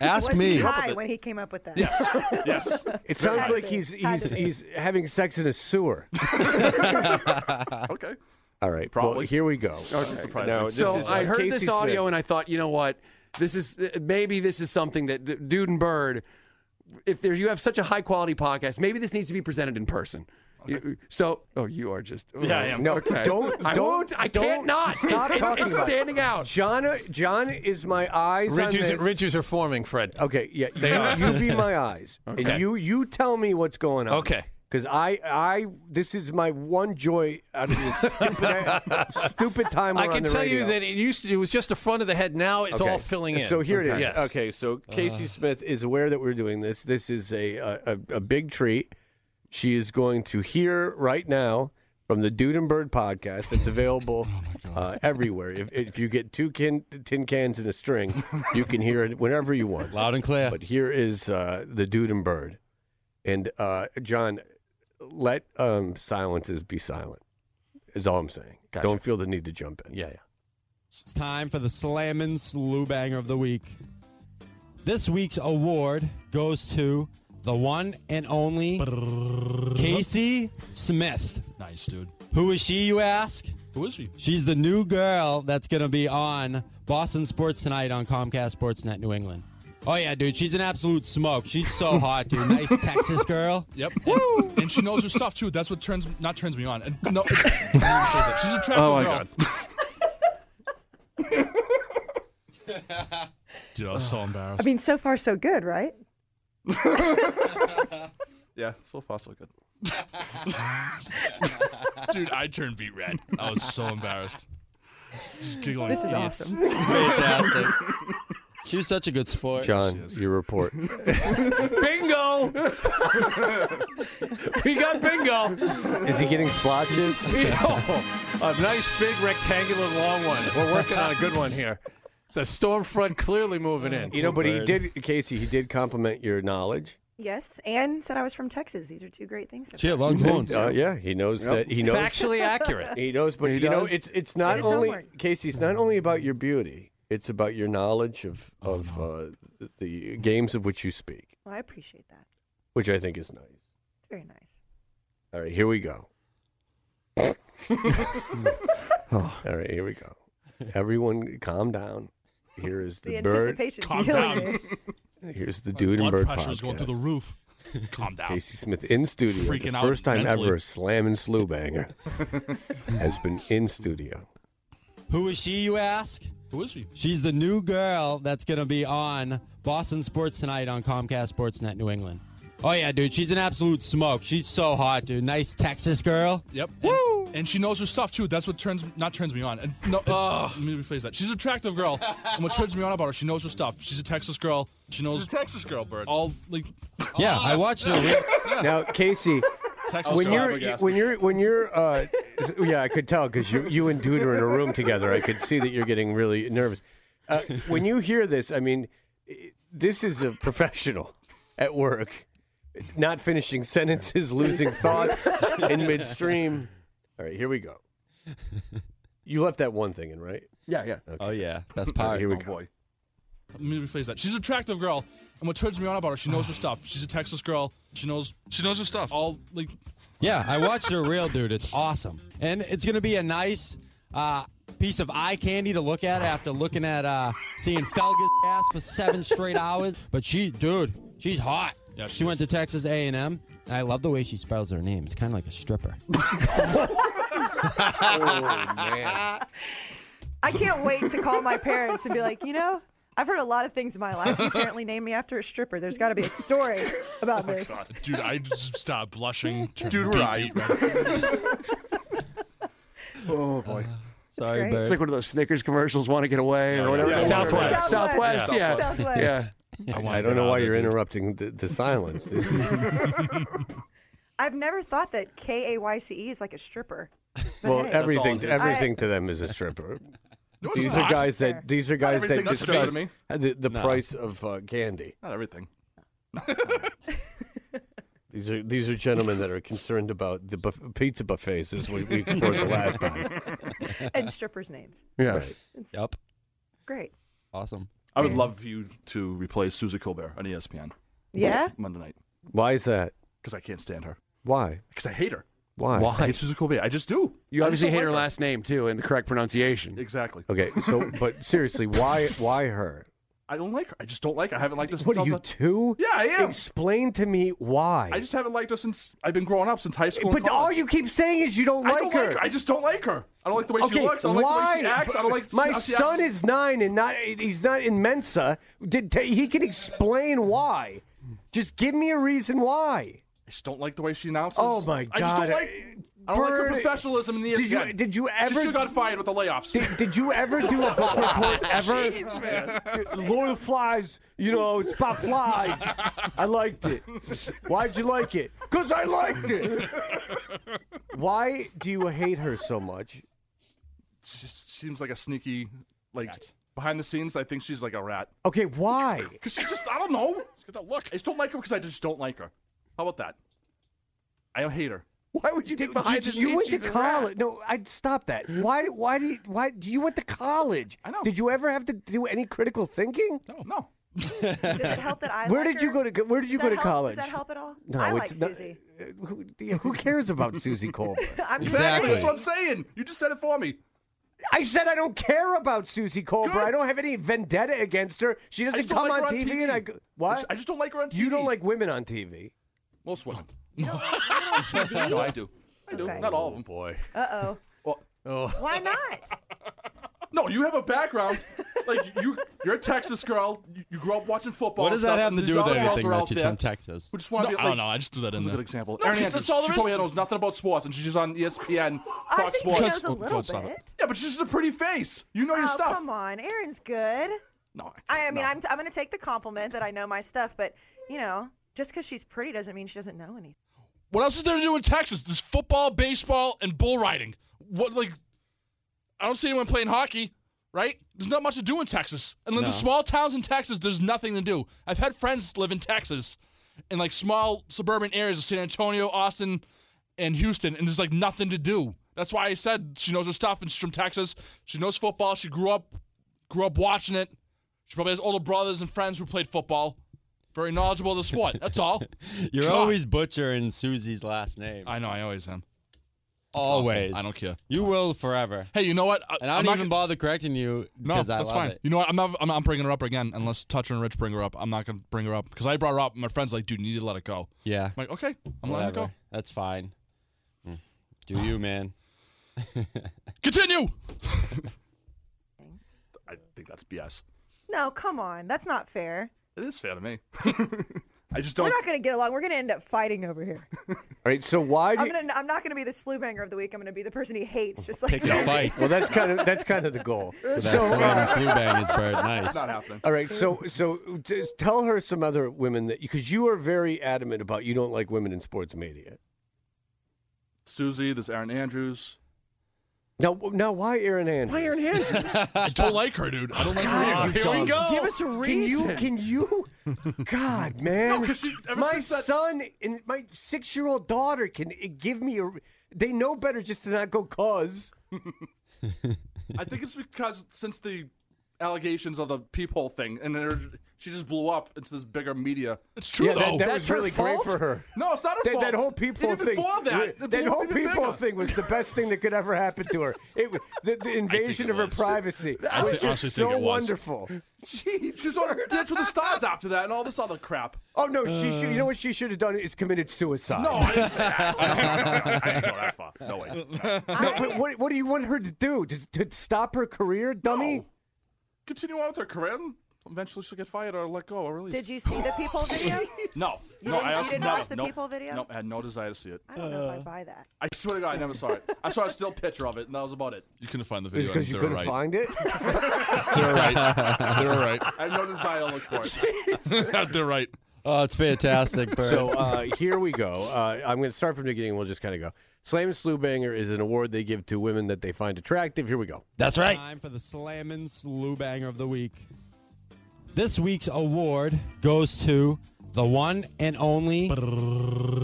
S9: Was he high when he came up with that?
S2: Yes. yes. Very
S7: It sounds
S2: high.
S7: like he's
S9: Had
S7: he's
S9: to be.
S7: he's having sex in a sewer.
S2: okay.
S7: All right, probably. here we go.
S2: Doesn't surprise
S7: No,
S2: me.
S7: this
S11: So
S7: is,
S11: I
S7: uh,
S11: heard
S7: Casey
S11: this
S7: Smith.
S11: audio and I thought, you know what? This is uh, maybe this is something that that Dude and Bird. If there, you have such a high quality podcast, maybe this needs to be presented in person. You- So, oh, you are just
S7: Yeah, I am. No,
S11: okay.
S7: don't-
S11: I
S7: don't-
S11: won't. I
S7: don't
S11: can't not.
S7: stop
S11: it's,
S7: talking
S11: it's, it's
S7: about it.
S11: standing out.
S7: John, John is my eyes.
S12: Ridges-
S7: on this.
S12: ridges are forming, Fred.
S7: Okay, yeah,
S12: They
S7: you,
S12: are.
S7: you be my eyes,
S12: Okay.
S7: and you you tell me what's going on.
S12: Okay.
S7: Because I, I, this is my one joy out of this stupid, stupid time.
S12: I
S7: we're
S12: can
S7: on the
S12: tell you
S7: radio.
S12: that it used to, it was just the front of the head. Now it's
S7: Okay.
S12: all filling in.
S7: So here it is.
S12: Yes. Uh.
S7: Okay, so Casey Smith is aware that we're doing this. This is a, a a- a big treat. She is going to hear right now from the Dude and Bird podcast that's available uh, everywhere. If, if you get two kin, tin cans and a string, you can hear it whenever you want.
S1: Loud and clear.
S7: But here is uh, the Dude and Bird. And uh, John, let um, silences be silent, is all I'm saying. Don't feel the need to jump in. Yeah, yeah.
S1: It's time for the Slammin' Slew Banger of the Week. This week's award goes to the one and only Casey Smith.
S2: Nice, dude.
S1: Who is she, you ask?
S2: Who is she?
S1: She's the new girl that's going to be on Boston Sports Tonight on Comcast Sportsnet New England. Oh, yeah, dude. She's an absolute smoke. She's so hot, dude. Nice Texas girl.
S2: Yep. and she knows her stuff too. That's what turns not turns me on. And no, it's- she's an attractive
S1: Oh, my
S2: girl. Dude, I was so embarrassed.
S9: I mean, so far so good, right?
S2: Yeah, so far so good. Dude, I turned beat red. I was so embarrassed. Just giggling.
S9: This is
S2: idiots.
S9: awesome.
S1: Fantastic. She was such a good sport.
S7: John, your report.
S12: Bingo! we got bingo.
S7: Is he getting splotches?
S12: a nice big rectangular long one. We're working on a good one here. The storm front clearly moving in.
S7: You know, but he did, Casey. He did compliment your knowledge.
S9: Yes, and said I was from Texas. These are two great things. about me.
S7: Uh, yeah, he knows
S12: Yep.
S7: that. He knows
S12: Factually accurate.
S7: He knows, but
S12: He
S7: you know,
S12: does.
S7: it's it's not
S9: It's
S7: only
S9: homework.
S7: Casey. It's not only about your beauty. It's about your knowledge of of uh, the games of which you speak,
S9: Well, I appreciate that.
S7: which I think is nice.
S9: It's very nice.
S7: All right, here we go. All right, here we go. Everyone, calm down. Here is the,
S9: The
S7: bird.
S9: anticipation's
S2: Calm
S9: killing
S2: down.
S9: me.
S7: Here's the dude and
S2: Blood
S7: bird
S2: pressure was going through
S7: podcast.
S2: the roof. Calm down.
S7: Casey Smith in studio.
S2: Freaking
S7: the
S2: out
S7: first time
S2: mentally.
S7: ever Slam and Slew Banger has been in studio.
S1: Who is she, you ask?
S2: Who is she?
S1: She's the new girl that's going to be on Boston Sports Tonight on Comcast Sportsnet New England. Oh, yeah, dude. She's an absolute smoke. She's so hot, dude. Nice Texas girl.
S2: Yep. Woo! And, she knows her stuff too. That's what turns not turns me on. And no, let me rephrase that. She's an attractive girl, and what turns me on about her, she knows her stuff. She's a Texas girl. She knows. She's a Texas girl, bird. All like.
S1: Yeah, I watched her.
S7: Now, Casey,
S2: Texas
S7: when
S2: girl.
S7: you're when you're when you're uh, yeah, I could tell because you, you and Dude are in a room together. I could see that you're getting really nervous. Uh, when you hear this, I mean, i- this is a professional at work, not finishing sentences, losing thoughts in midstream. All right, here we go. You left that one thing in, right?
S11: Yeah, yeah.
S1: Oh yeah,
S7: best part.
S1: oh,
S7: Here we go.
S13: Let me rephrase that. She's an attractive girl, and what turns me on about her, she knows her stuff. She's a Texas girl. She knows. She knows her stuff. All like.
S1: Yeah, I watched her reel, dude. It's awesome, and it's gonna be a nice uh, piece of eye candy to look at after looking at uh, seeing Felga's ass for seven straight hours. But she, dude, she's hot.
S13: Yeah, she
S1: she went to Texas A and M. I love the way she spells her name. It's kind of like a stripper.
S12: Oh,
S9: I can't wait to call my parents and be like, you know, I've heard a lot of things in my life. You apparently named me after a stripper. There's got to be a story
S7: Oh
S9: about this.
S2: Dude, I just stopped blushing.
S12: Dude, we're
S2: right.
S11: Oh boy.
S1: Sorry, great. Bert.
S11: It's like one of those Snickers commercials. Want to get away or
S7: yeah.
S11: whatever.
S7: Yeah.
S11: Southwest.
S7: Southwest.
S11: Southwest. Yeah.
S7: Southwest.
S11: Yeah.
S7: I, don't know why you're interrupting the, the silence. This is
S9: I've never thought that K A Y C E is like a stripper. But
S7: Well,
S9: hey.
S7: everything
S9: I-
S7: everything to them is a stripper.
S9: it's
S7: these
S9: not.
S7: are guys that these are
S9: Not
S7: guys that
S9: everything is a stripper
S7: discuss
S9: to me.
S7: the, the
S9: No.
S7: price of uh, candy.
S2: Not everything.
S7: These are these are gentlemen that are concerned about the buff- pizza buffets as we, we explored the last time.
S9: and strippers' names.
S7: Yes.
S9: It's
S1: Yep.
S9: great.
S1: Awesome.
S2: I would love for you to replace Susie Colbert on E ESPN.
S9: Yeah?
S2: Monday night.
S7: Why is that?
S2: Because I can't stand her.
S7: Why?
S2: Because I hate her.
S7: Why?
S2: I hate Susie Colbert. I just do.
S11: You
S2: I
S11: obviously
S2: just don't
S11: hate her
S2: like
S11: last name too, and the correct pronunciation.
S2: Exactly.
S7: Okay, so but seriously, why why her?
S2: I don't like her. I just don't like her. I haven't liked her since
S7: What
S2: I
S7: are
S2: was
S7: you
S2: a-
S7: two?
S2: Yeah, I am.
S7: Explain to me why.
S2: I just haven't liked her since I've been growing up since high school. and
S7: But all
S2: college.
S7: you keep saying is you don't
S2: I
S7: like
S2: don't
S7: her.
S2: like her. I just don't like her. I don't like the way
S7: okay,
S2: she looks. I don't
S7: why?
S2: like the way she acts. I don't like
S7: My
S2: how she
S7: son
S2: acts.
S7: is nine and not he's not in Mensa. Did ta- he can explain why? Just give me a reason why.
S2: I just don't like the way she announces.
S7: Oh, my
S2: I just don't
S7: God.
S2: like. I don't like her
S7: Bird,
S2: professionalism in the
S7: did you-
S2: ESPN.
S7: did you ever-
S2: She should have got fired with the layoffs.
S7: Did, did you ever do a book report ever?
S2: Jeez, man.
S7: Loyal flies, you know, it's about flies. I liked it. Why'd you like it? Because I liked it. Why do you hate her so much?
S2: She just seems like a sneaky, like behind the scenes. I think she's like a rat.
S7: Okay, why?
S2: Because she just, I don't know. She's got that look. I just don't like her because I just don't like her. How about that? I don't hate her.
S7: Why would you
S2: think
S7: you, you went to college. No, I'd stop that. Why? Why do you? Why do you went to college? I know. Did you ever have to do any critical thinking? No.
S2: No.
S9: Does it help that I
S7: Where
S9: like
S7: did you
S9: her?
S7: go to go- where did you
S9: Does
S7: go
S9: that
S7: to
S9: help?
S7: college?
S9: Does that help at all?
S7: No,
S9: I like
S7: it's not-
S9: Susie.
S7: Who, who cares about Susie Cole?
S9: I'm just
S2: Exactly. That's
S9: saying.
S2: what I'm saying. You just said it for me.
S7: I said I don't care about Susie Colbert. I don't have any vendetta against her. She
S2: I
S7: doesn't
S2: just don't
S7: come
S2: like her
S7: on
S2: on
S7: TV,
S2: TV.
S7: and I go- what?
S2: I just don't like her on TV.
S7: You don't like women on TV.
S2: Most women.
S9: TV?
S2: no, I do. I do.
S9: Okay.
S2: Not all of them. boy.
S9: Uh oh.
S7: Oh.
S9: Why not?
S2: No, you have a background. like you, you're a Texas girl. You, you grew up watching football.
S1: What does
S2: and
S1: that
S2: stuff,
S1: have
S2: and
S1: to
S2: these
S1: do with
S2: other girls
S1: anything
S2: are
S1: that
S2: out
S1: she's
S2: there
S1: from Texas?
S2: Who just want to
S1: No,
S2: be?
S1: I
S2: Like,
S1: don't know. I just threw that
S2: that
S1: in
S2: was a
S1: there.
S2: good example.
S1: No,
S2: Erin
S1: just-
S2: Andrews,
S1: that's all there
S2: she
S1: is
S2: probably knows nothing about sports, and she's just on E ESPN, Fox
S9: I think she
S2: Sports.
S9: knows a little bit.
S2: Yeah, but she's just a pretty face. You know your
S9: oh,
S2: stuff.
S9: come on. Aaron's good.
S2: No,
S9: I, I mean, I'm, t- I'm going to take the compliment that I know my stuff, but, you know, just because she's pretty doesn't mean she doesn't know anything.
S13: What else is there to do in Texas? There's football, baseball, and bull riding. What like? I don't see anyone playing hockey, right? There's not much to do in Texas, and in
S1: No.
S13: the small towns in Texas, there's nothing to do. I've had friends live in Texas, in like small suburban areas of San Antonio, Austin, and Houston, and there's like nothing to do. That's why I said she knows her stuff, and she's from Texas. She knows football. She grew up, grew up watching it. She probably has older brothers and friends who played football. Very knowledgeable of the sport. That's all.
S1: You're
S13: God.
S1: always butchering Susie's last name.
S13: I know. I always am. It's awful.
S1: Always.
S13: I don't care.
S1: You will forever.
S13: Hey, you know what?
S1: and I
S13: I'm not
S1: don't even
S13: gonna-
S1: bother correcting you
S13: No,
S1: because I
S13: that's
S1: love
S13: fine.
S1: it.
S13: You know what? I'm not, I'm not bringing her up again unless Toucher and Rich bring her up. I'm not going to bring her up because I brought her up. And my friend's like, dude, you need to let it go.
S1: Yeah.
S13: I'm like, okay, I'm letting it go.
S1: Whatever. That's fine. Mm. Do you, man?
S13: Continue.
S2: I think that's BS.
S9: No, come on. That's not fair.
S2: It is fair to me. I just don't.
S9: We're not going to get along. We're going to end up fighting over here.
S7: All right, so why do
S9: I'm
S7: you,
S9: gonna. I'm not gonna be the slew banger of the week. I'm gonna be the person he hates, just
S7: Well,
S9: like Susie.
S7: Well, that's kind of that's kind of the goal. uh,
S9: That
S1: slam and slew bang is very nice.
S2: Not happening.
S7: All right, so so just tell her some other women that because you are very adamant about you don't like women in sports media.
S2: Susie, there's Aaron Andrews,
S7: Now, now, why Aaron Andrews? Why
S11: Aaron Andrews?
S2: I don't like her, dude. I don't like
S7: God,
S2: her.
S7: you
S2: Either.
S7: don't. Give us a reason. Oh, Can you? Can you? God, man.
S2: No, 'cause she- ever
S7: my
S2: since that-
S7: son and my six-year-old daughter can uh, give me a. They know better just to not go cause.
S2: I think it's because since the allegations of the peephole thing, and her, she just blew up into this bigger media. It's
S7: true, Yeah, that- though. that was really great for her.
S2: No, it's not her
S7: That,
S2: fault.
S7: that whole people
S2: And even
S7: thing.
S2: Before that, it
S7: that
S2: blew up
S7: whole
S2: even
S7: people
S2: bigger.
S7: thing was the best thing that could ever happen to her. It was the, the invasion of her privacy.
S2: I
S7: was
S2: thi-
S7: just
S2: honestly
S7: so
S2: think it was.
S7: wonderful.
S2: Jeez, she was on Dance with the Stars after that, and all this other crap.
S7: Oh no, she should. You know what she should have done is committed suicide.
S2: No, I didn't say that. I didn't go that far. No way.
S7: No, but what, what do you want her to do? To, to stop her career, dummy?
S2: Continue on with her career. and Eventually, she'll get fired or let go or released.
S9: Did you see the people video?
S2: No,
S9: You
S2: no,
S9: didn't-
S2: I
S9: you
S2: also
S9: didn't
S2: no,
S9: watch the
S2: no,
S9: People video?
S2: No, I had no desire to see it.
S9: I don't know
S14: Uh,
S9: if I buy that.
S2: I swear to God, I never saw it. I saw a still picture of it, and that was about it. You couldn't find the
S7: It's because you couldn't find it.
S2: They're
S1: right. They're right.
S2: I have no desire to look for
S7: Jeez.
S2: it. They're right.
S1: Oh, it's fantastic, Bert.
S7: So uh, here we go. Uh, I'm going to start from the beginning. We'll just kind of go. Slam and Slew Banger is an award they give to women that they find attractive. Here we go.
S14: Time for the Slammin' Slew Banger of the Week. This week's award goes to the one and only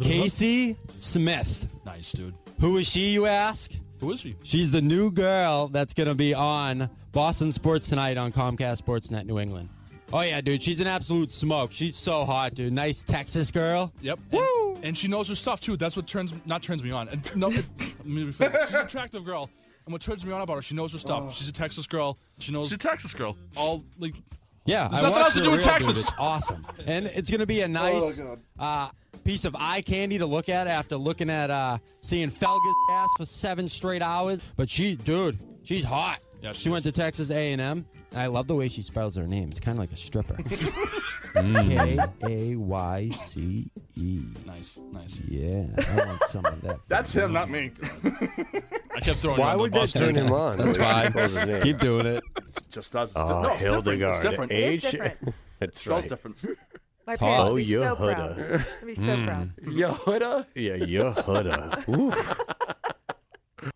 S14: Casey Smith.
S2: Nice, dude.
S14: Who is she, you ask?
S2: Who is she?
S14: She's the new girl that's going to be on Boston Sports Tonight on Comcast Sportsnet New England. Oh, yeah, dude. She's an absolute smoke. She's so hot, dude. Nice Texas girl.
S2: Yep. Woo! And, she knows her stuff too. That's what turns not turns me on. And no, it- let me rephrase it. she's an attractive girl. And what turns me on about her, she knows her stuff. She's a Texas girl. She knows. Oh. She's a Texas girl. All like.
S14: Yeah,
S2: There's
S14: I
S2: nothing else
S14: watched
S2: to
S14: it
S2: do in
S14: real, dude.
S2: Texas.
S14: It's awesome, and it's gonna be a nice
S2: Oh,
S14: uh, piece of eye candy to look at after looking at uh, seeing Felga's ass for seven straight hours. But she, dude, she's hot.
S2: Yeah,
S14: she, went to Texas A and M. I love the way she spells her name. It's kind of like a stripper. K A Y C E.
S2: Nice, nice.
S14: Yeah, I want some of that.
S2: That's him, not me. I kept throwing.
S14: Why
S2: you on
S14: would
S2: the
S14: they
S2: bus,
S14: turn
S2: dude.
S14: him on? That's fine. Keep doing it.
S2: It's just us. It's di-
S7: Oh,
S2: no, it's different. It's
S7: Hildegard.
S2: different.
S7: It is H- different. That's
S2: It smells
S7: right.
S2: different.
S9: My
S7: Hot.
S9: parents
S7: Oh,
S9: would be
S7: your
S9: so proud.
S7: Huda.
S9: They'd be
S14: Hmm.
S9: so proud.
S7: Yehuda? Yeah, Yehuda. Oof.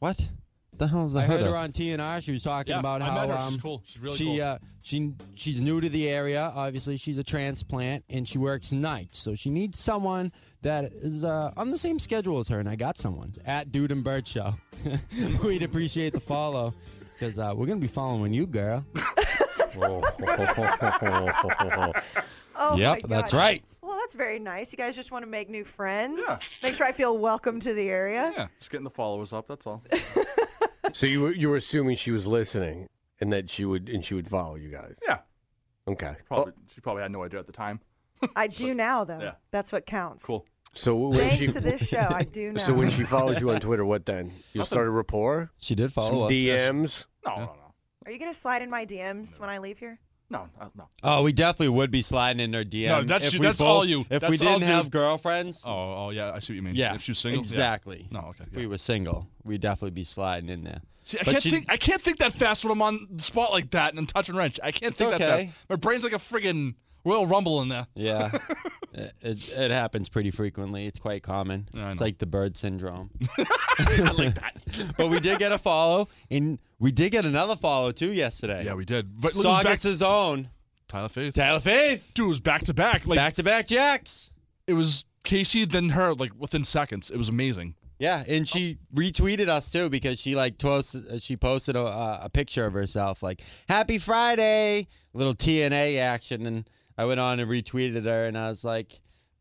S14: What? The hell is a
S7: I heard
S14: hood?
S7: her
S14: on TNR. She was talking
S2: Yeah,
S14: about
S2: I
S14: how
S2: met her.
S14: Um,
S2: She's cool. She's really
S14: she,
S2: cool.
S14: Uh, she she's new to the area. Obviously, she's a transplant and she works nights, so she needs someone that is uh, on the same schedule as her. And I got someone It's at Dude and Bird Show. We'd appreciate the follow because uh, we're gonna be following you, girl.
S9: Oh
S14: yep,
S9: my
S14: that's
S9: God.
S14: right.
S9: Well, that's very nice. You guys just want to make new friends. Make sure I feel welcome to the area.
S2: Yeah, just getting the followers up. That's all.
S7: so you were, you were assuming she was listening and that she would and she would follow you guys.
S2: Yeah. Oh.
S7: Okay.
S2: Probably. She probably had no idea at the time.
S9: I do now, though.
S2: Yeah.
S9: That's what counts.
S2: Cool.
S7: Oh, So when
S9: Thanks
S7: she,
S9: to this show, I do now.
S7: So when she follows you on Twitter, what then? You'll start a rapport.
S14: She did follow
S7: Some
S14: us.
S7: DMs.
S2: No, no, no.
S9: Are you going to slide in my DMs when I leave here?
S2: No, uh, no.
S1: Oh, we definitely would be sliding in their DM.
S2: No, that's
S1: if
S2: you-
S1: we
S2: that's
S1: both-
S2: all you.
S1: If
S2: That's
S1: we
S2: all
S1: didn't have
S2: dude.
S1: girlfriends,
S2: Oh, oh yeah, I see what you mean.
S1: yeah,
S2: If she was single, yeah.
S1: exactly.
S2: No, okay.
S1: If we were single, we'd definitely be sliding in there.
S2: See, I
S1: But
S2: can't
S1: you-
S2: think. I can't think that fast when I'm on the spot like that and I'm touching wrench. I can't think that
S1: okay.
S2: fast. My brain's like a friggin' Royal Rumble in there.
S1: Yeah, it, it, it happens pretty frequently. It's quite common. It's like the bird syndrome.
S2: I like that.
S1: but we did get a follow, and we did get another follow too yesterday. Yeah,
S2: we did. But it was back-
S1: Saugus' own
S2: Tyler Faith.
S1: Tyler Faith.
S2: Dude, it was back to back. Like back
S1: to back jacks.
S2: It was Casey then her like within seconds. It was amazing.
S1: Yeah, and she retweeted us too because she like tos- she posted a, uh, a picture of herself like "Happy Friday," little TNA action, and I went on and retweeted her, and I was like,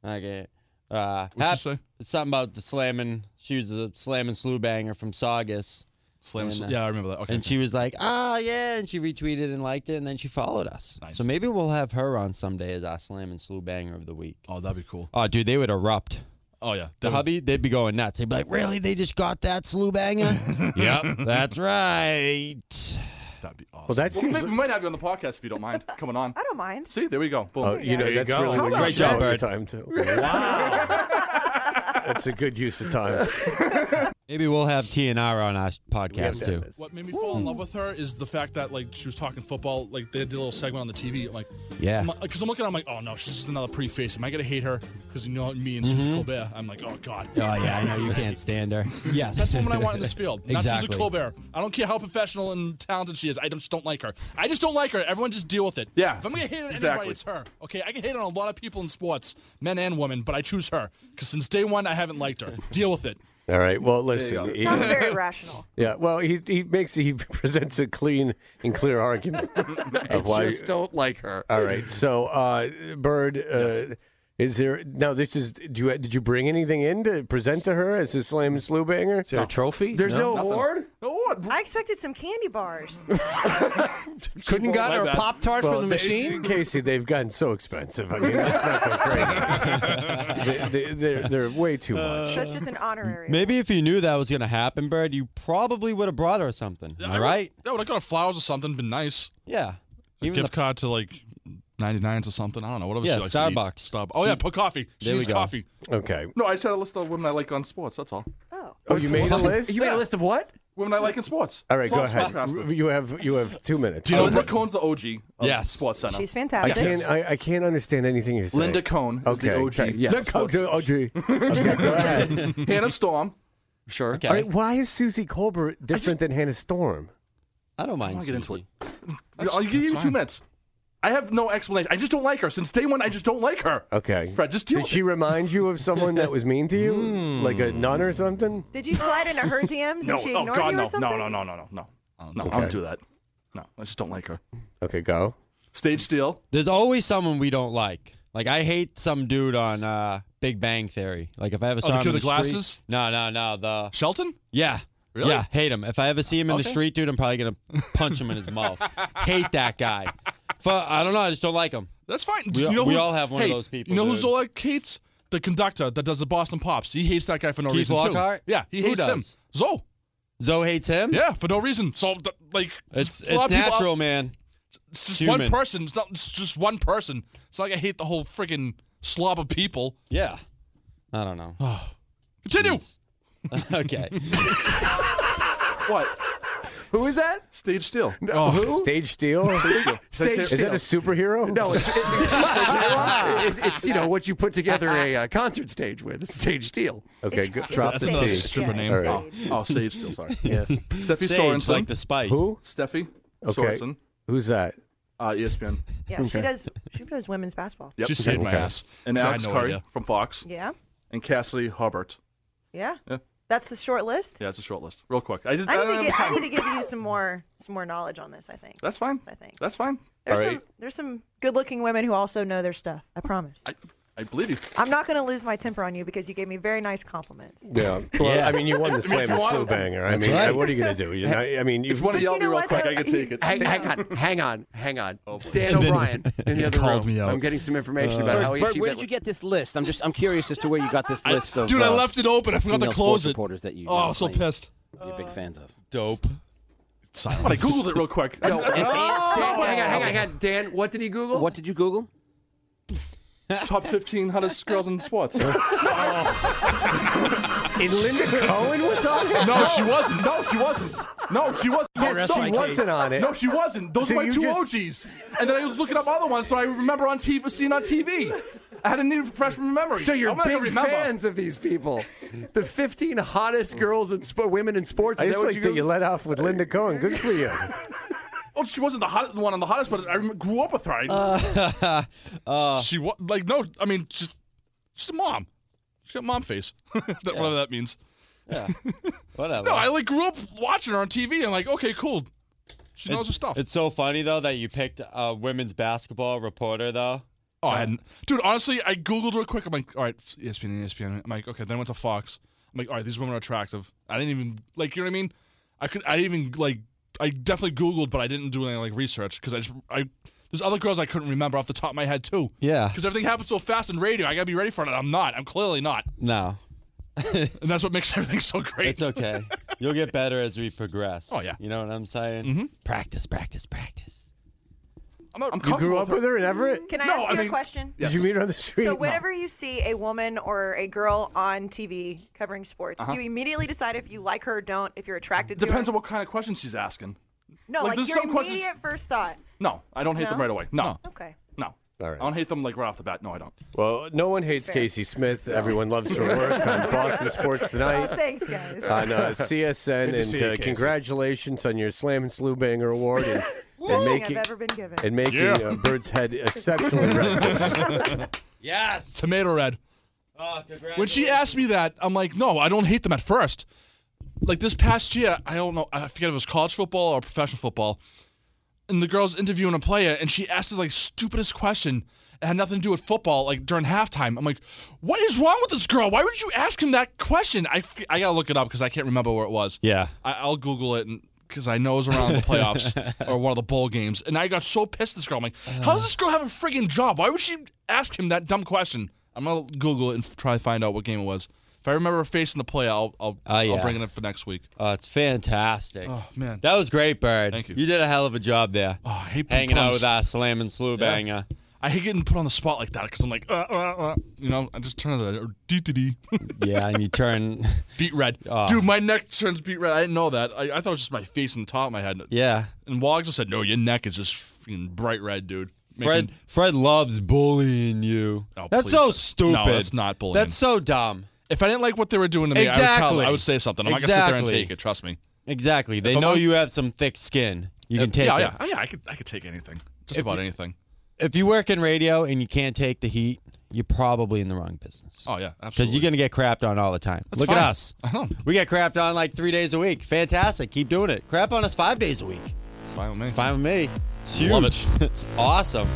S1: "Okay." Uh,
S2: What'd you say?
S1: Something about the slamming. She was a slamming slew banger from Saugus.
S2: Slam and
S1: And,
S2: Slew-
S1: uh,
S2: yeah, I remember that. Okay,
S1: and
S2: okay.
S1: she was like, "Ah, yeah," and she retweeted and liked it, and then she followed us. Nice. So maybe we'll have her on someday as our slam and slew banger of the week.
S2: Oh, that'd be cool.
S1: Oh, dude, they would erupt.
S2: Oh yeah,
S1: The hubby, they'd be going nuts. They'd be like, "Really? They just got that slew banger?" yep, that's right.
S2: That'd be awesome.
S1: Well, that
S2: we, might, we might have you on the podcast if you don't mind coming on. I
S9: don't mind.
S2: See, there we go. Boom.
S7: Oh, you know that's really when you
S2: great
S7: show
S2: job,
S7: up to
S2: Bird.
S7: time too. Wow, that's a good use of time.
S1: Maybe we'll have TNR on our podcast too.
S2: What made me fall in love with her is the fact that like she was talking football. Like they did a little segment on the TV. Like
S1: Yeah.
S2: because I'm, looking, I'm like, oh no, she's just another pretty face. Am I gonna hate her? Because you know me and Susan
S1: Mhm.
S2: Colbert. I'm like, oh god.
S1: Oh yeah, I know you can't stand her. Yes,
S2: That's the woman I want in this field. Not
S1: exactly.
S2: Susan Colbert. I don't care how professional and talented she is. I just don't like her. I just don't like her. Everyone just deal with it.
S13: Yeah,
S2: If I'm gonna hate on
S13: exactly.
S2: anybody, it's her. Okay. I can hate on a lot of people in sports, men and women, but I choose her because since day one, I haven't liked her. deal with it.
S7: All right. Well,
S2: There you
S7: listen.
S2: go.
S7: he-
S2: Sounds very
S9: rational.
S7: Yeah. Well, he he makes he presents a clean and clear argument of why
S11: just don't like her.
S7: All right. So, uh, Bird, uh, is there now? This is. Do you, did you bring anything in to present to her as a slam and slew banger? Is
S12: there a trophy? There's No, no nothing. award?
S9: I expected some candy bars.
S7: Uh,
S12: Couldn't got her a pop tart
S7: Well,
S12: from the
S7: they-
S12: machine.
S7: Casey, they've gotten so expensive. I mean, that's not so great. they, they, they're, they're way too
S12: Uh,
S7: much.
S9: That's just an honorary.
S1: Maybe if you knew that was gonna happen, Bird, you probably would have brought her something. Am I right?
S2: Yeah, would have got her flowers or something. Been nice.
S1: Yeah.
S2: A
S1: Even
S2: gift card to like 99s or something. I don't know. Whatever.
S1: Yeah,
S2: she likes to eat.
S1: Starbucks.
S2: Starbucks. Oh yeah, put coffee. She
S1: There we
S2: needs
S1: go.
S2: coffee.
S7: Okay.
S13: No, I just had a list of women I like on sports. That's all.
S9: Oh.
S7: Oh, you made a list?
S12: You made a list of what?
S13: Women I like in sports.
S7: All right, go
S13: Love
S7: ahead.
S13: Sportscaster.
S7: You have you have two minutes.
S13: Do you know Brooke Cohn's the OG? Of
S7: Yes.
S13: Sports Center.
S9: She's
S7: I
S9: fantastic.
S7: can't. I, I can't understand anything you're saying.
S13: Linda Cohn
S7: okay.
S13: is the OG.
S7: okay.
S13: Yes.
S7: Linda Cohn, the OG. okay, go ahead.
S13: Hannah Storm.
S11: Sure.
S7: All right, why is Susie Colbert different than Hannah Storm?
S1: I don't
S13: I
S1: mind.
S13: wanna get into it. I'll give you two minutes. I have no explanation. I just don't like her. Since day one, I just don't like her.
S7: Okay.
S13: Fred, just deal
S7: Did
S13: with
S7: she remind you of someone that was mean to you, like a nun or something?
S9: Did you slide into her DMs
S13: No,
S9: and she
S13: oh
S9: ignored
S13: God,
S9: you
S13: no,
S9: or something?
S13: no, no, no, no, no, no, no, no! I
S7: Okay.
S13: don't do that. No, I just don't like her.
S7: Okay, go.
S13: Stage steal.
S1: There's always someone we don't like. Like I hate some dude on uh, Big Bang Theory. Like if I ever
S13: Oh,
S1: saw
S13: the
S1: him
S13: kid
S1: in the
S13: with the
S1: street-
S13: glasses?
S1: no, no, no. The
S13: Shelton.
S1: Yeah.
S13: Really?
S1: Yeah, hate him. If I ever see him in the
S13: Okay.
S1: street, dude, I'm probably gonna punch him in his mouth. hate that guy. Fu I don't know. I just don't like him.
S2: That's fine.
S1: We,
S2: you know
S1: we
S2: who-
S1: all have one
S2: hey,
S1: of those people.
S2: You know
S1: dude.
S2: who's all like hates? The conductor that does the Boston Pops. He hates that guy for no
S1: Keith
S2: reason
S1: Lockhart?
S2: too. Yeah, he
S1: Who
S2: hates
S1: does?
S2: him. Zoe.
S1: Zoe hates him.
S2: Yeah, for no reason. So th- like,
S1: It's
S2: a
S1: it's
S2: lot of people out-
S1: natural, man.
S2: It's just one
S1: Human.
S2: person. It's not. It's just one person. It's not like I hate the whole freaking slob of people.
S1: Yeah. I don't know.
S2: Continue.
S1: okay.
S13: What?
S12: Who is that?
S13: Stage steal.
S12: Oh. Who?
S7: Stage Steel?
S12: Stage Steel. Stage
S7: Is that a superhero?
S12: No, it's, it- it- it's you know what you put together a uh, concert stage with. It's stage deal.
S7: Okay, go, drop the T. All right.
S13: Oh, oh, Sage Steele. Sorry.
S7: Yes.
S13: Steffi
S1: Sage,
S13: Sorensen.
S1: like the spice.
S7: Who?
S13: Steffi
S7: Okay.
S13: Sorensen.
S7: Who's that?
S13: Uh,
S2: E
S13: ESPN.
S9: Yeah, she does. She does women's basketball.
S13: Yep.
S2: She saved my
S7: Okay.
S2: ass.
S13: And
S2: 'cause I
S13: Alex
S2: had no
S13: Curry
S2: idea.
S13: from Fox.
S9: Yeah,
S13: And Cassidy Hubbert.
S9: yeah.
S13: Yeah.
S9: That's the short list.
S13: Yeah, it's a short list. Real quick. I, did, I,
S9: I need,
S13: don't
S9: to
S13: have
S9: get,
S13: time.
S9: I need to give you some more some more knowledge on this. I think
S13: That's fine.
S9: I think.
S13: That's fine.
S9: there's some there's some good looking women who also know their stuff. I promise.
S13: I, I believe you.
S9: I'm not going to lose my temper on you because you gave me very nice compliments.
S7: Yeah. Well,
S13: Yeah.
S7: I mean, you won the
S13: If you
S7: slam and
S13: want
S7: slew
S13: to-
S7: banger. I
S13: That's
S7: mean,
S13: right.
S7: uh, what are you going to do? You know, I mean,
S13: If you want to yell at me real quick, I can take it.
S12: Hang, hang on, hang on, hang on. Dan
S11: And then-
S12: O'Brien in the other
S11: called
S12: room.
S11: me out.
S12: I'm getting some information about
S11: Oh,
S12: how he
S10: Bert,
S12: achieved
S10: where
S12: that
S10: did you get this list? I'm just I'm curious as to where you got this list of
S2: Dude, I
S10: uh,
S2: left it open. I forgot to
S10: female
S2: close
S10: sports
S2: it.
S10: Reporters that you
S2: oh,
S10: uh,
S2: I'm so
S10: claim
S2: pissed.
S10: You're big fans of.
S1: Dope.
S2: But I googled it real quick.
S12: No, and- and- Dan, Oh, hang on, hang on, hang on. Dan, what did he Google? What
S10: did you Google?
S13: Top 15 hottest girls in sports.
S7: And Linda Cohen was on it?
S13: No, she wasn't. No, she wasn't. No, she wasn't.
S7: Oh,
S13: Yes,
S7: she
S13: no,
S7: wasn't on it.
S13: No, she wasn't. Those
S7: So
S13: are my
S7: you
S13: two
S7: just-
S13: OGs. And then I was looking up other ones, so I remember on TV, seeing on TV. I had a new fresh memory.
S12: So you're
S13: I'm not gonna
S12: big
S13: remember.
S12: fans of these people, the 15 hottest girls and sp- women in sports.
S7: I
S12: Is that
S7: just
S12: what
S7: like
S12: you
S7: that you
S12: Googled?
S7: let off with Linda Cohen. Good for you.
S13: Oh, she wasn't the hot one on the hottest, but I rem- grew up with her. I,
S2: she was like no. I mean, she's she's a mom. She's got mom face. that, Whatever that means.
S1: Yeah. Whatever.
S2: No, I like grew up watching her on TV. I'm like, okay, cool. She knows her stuff.
S1: It's so funny though that you picked a women's basketball reporter though.
S2: Oh, I hadn't. Dude, honestly, I Googled real quick. I'm like, all right, E ESPN, ESPN. I'm like, okay, then I went to Fox. I'm like, all right, these women are attractive. I didn't even, like, you know what I mean? I could, I didn't even, like, I definitely Googled, but I didn't do any, like, research because I just, I, there's other girls I couldn't remember off the top of my head, too.
S1: Yeah.
S2: Because everything happens so fast in radio. I got to be ready for it. and I'm not. I'm clearly not.
S1: No.
S2: And that's what makes everything so great.
S1: It's okay. You'll get better as we progress.
S2: Oh, yeah.
S1: You know what I'm saying? Practice, practice, practice.
S2: I'm, out,
S7: you grew up with her in Everett?
S9: Can I ask you a question?
S7: Did you meet her on the street?
S9: So whenever you see a woman or a girl on TV covering sports,
S2: Uh-huh.
S9: do you immediately decide if you like her or don't, if you're attracted to her?
S2: Depends on what kind of question she's asking.
S9: No,
S2: like,
S9: like,
S2: there's
S9: your
S2: some
S9: immediate
S2: questions-
S9: first thought.
S2: No, I don't hate them
S9: No?
S2: right away. No,
S9: Okay.
S2: no.
S7: All right.
S2: I don't hate them like right off the bat. No, I don't.
S7: Well, no one hates
S2: fair.
S7: Casey Smith. Everyone loves her work on Boston Sports Tonight.
S9: Oh, thanks, guys.
S7: On uh,
S12: Good
S7: CSN,
S12: to see
S7: and
S12: you,
S7: uh,
S12: Casey.
S7: congratulations on your Slam and Slew Banger Award and, and
S9: Best thing
S7: making
S9: I've ever been given.
S7: and making
S2: Yeah.
S7: uh, Bird's Head exceptionally red.
S1: Yes.
S2: Tomato red. When she asked me that, I'm like, no, I don't hate them at first. Like this past year, I don't know, I forget if it was college football or professional football. And the girl's interviewing a player, and she asked the like stupidest question. It had nothing to do with football. Like during halftime, I'm like, "What is wrong with this girl? Why would you ask him that question?" I, f- I gotta look it up because I can't remember where it was.
S1: Yeah.
S2: I, I'll Google it because I know it was around the playoffs or one of the bowl games. And I got so pissed at this girl. I'm like, how does this girl have a friggin' job? Why would she ask him that dumb question? I'm going to Google it and f- try to find out what game it was. If I remember her face in the play, I'll, I'll,
S1: Ah, yeah.
S2: I'll bring it up for next week.
S1: Oh, it's fantastic.
S2: Oh, man.
S1: That was great, Bird.
S2: Thank you.
S1: You did a hell of a job there.
S2: Oh, I hate being
S1: Hanging out
S2: puns.
S1: with our slam and slew
S2: Yeah.
S1: banger.
S2: I hate getting put on the spot like that because I'm like, uh, uh, uh, you know, I just turn to the dee dee dee.
S1: Yeah, and you turn.
S2: Beat red.
S1: Oh.
S2: Dude, my neck turns beat red. I didn't know that. I, I thought it was just my face and the top of my head.
S1: Yeah.
S2: And Woggs just said, no, your neck is just freaking bright red, dude.
S1: Fred, Fred loves bullying you. that's
S2: Oh, please
S1: so
S2: don't.
S1: stupid.
S2: No, that's not bullying.
S1: That's so dumb.
S2: If I didn't like what they were doing to me, I would tell
S1: Exactly.
S2: them. I would say something. I'm not gonna sit there
S1: Exactly.
S2: and take it. Trust me.
S1: Exactly. They
S2: I'm
S1: know
S2: on-
S1: you have some thick skin. You can take
S2: yeah,
S1: it.
S2: yeah, yeah, I could, I could take anything. Just
S1: If
S2: about
S1: you-
S2: anything.
S1: If you work in radio and you can't take the heat, you're probably in the wrong business.
S2: Oh yeah, absolutely.
S1: Because you're going to get crapped on all the time.
S2: That's
S1: Look
S2: fine.
S1: at us.
S2: I know.
S1: We get crapped on like three days a week. Fantastic. Keep doing it. Crap on us five days a week.
S2: It's fine with me.
S1: Fine with me. It's huge.
S2: Love
S1: it's awesome.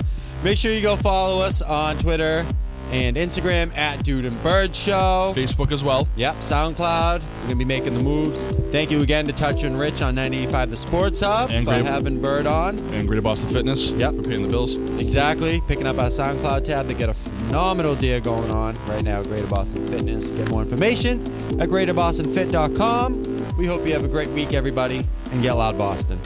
S1: Make sure you go follow us on Twitter and Instagram at Dude and Bird Show.
S2: Facebook as well.
S1: Yep. SoundCloud. We're going to be making the moves. Thank you again to Touch and Rich on 98.5 The Sports Hub
S2: And
S1: for
S2: Great-
S1: having Bird on.
S2: And Greater Boston Fitness.
S1: Yep.
S2: We're paying the bills.
S1: Exactly. Picking up our SoundCloud tab. They got a phenomenal deal going on right now. Greater Boston Fitness. Get more information at greaterbostonfit.com. We hope you have a great week, everybody, and get loud, Boston.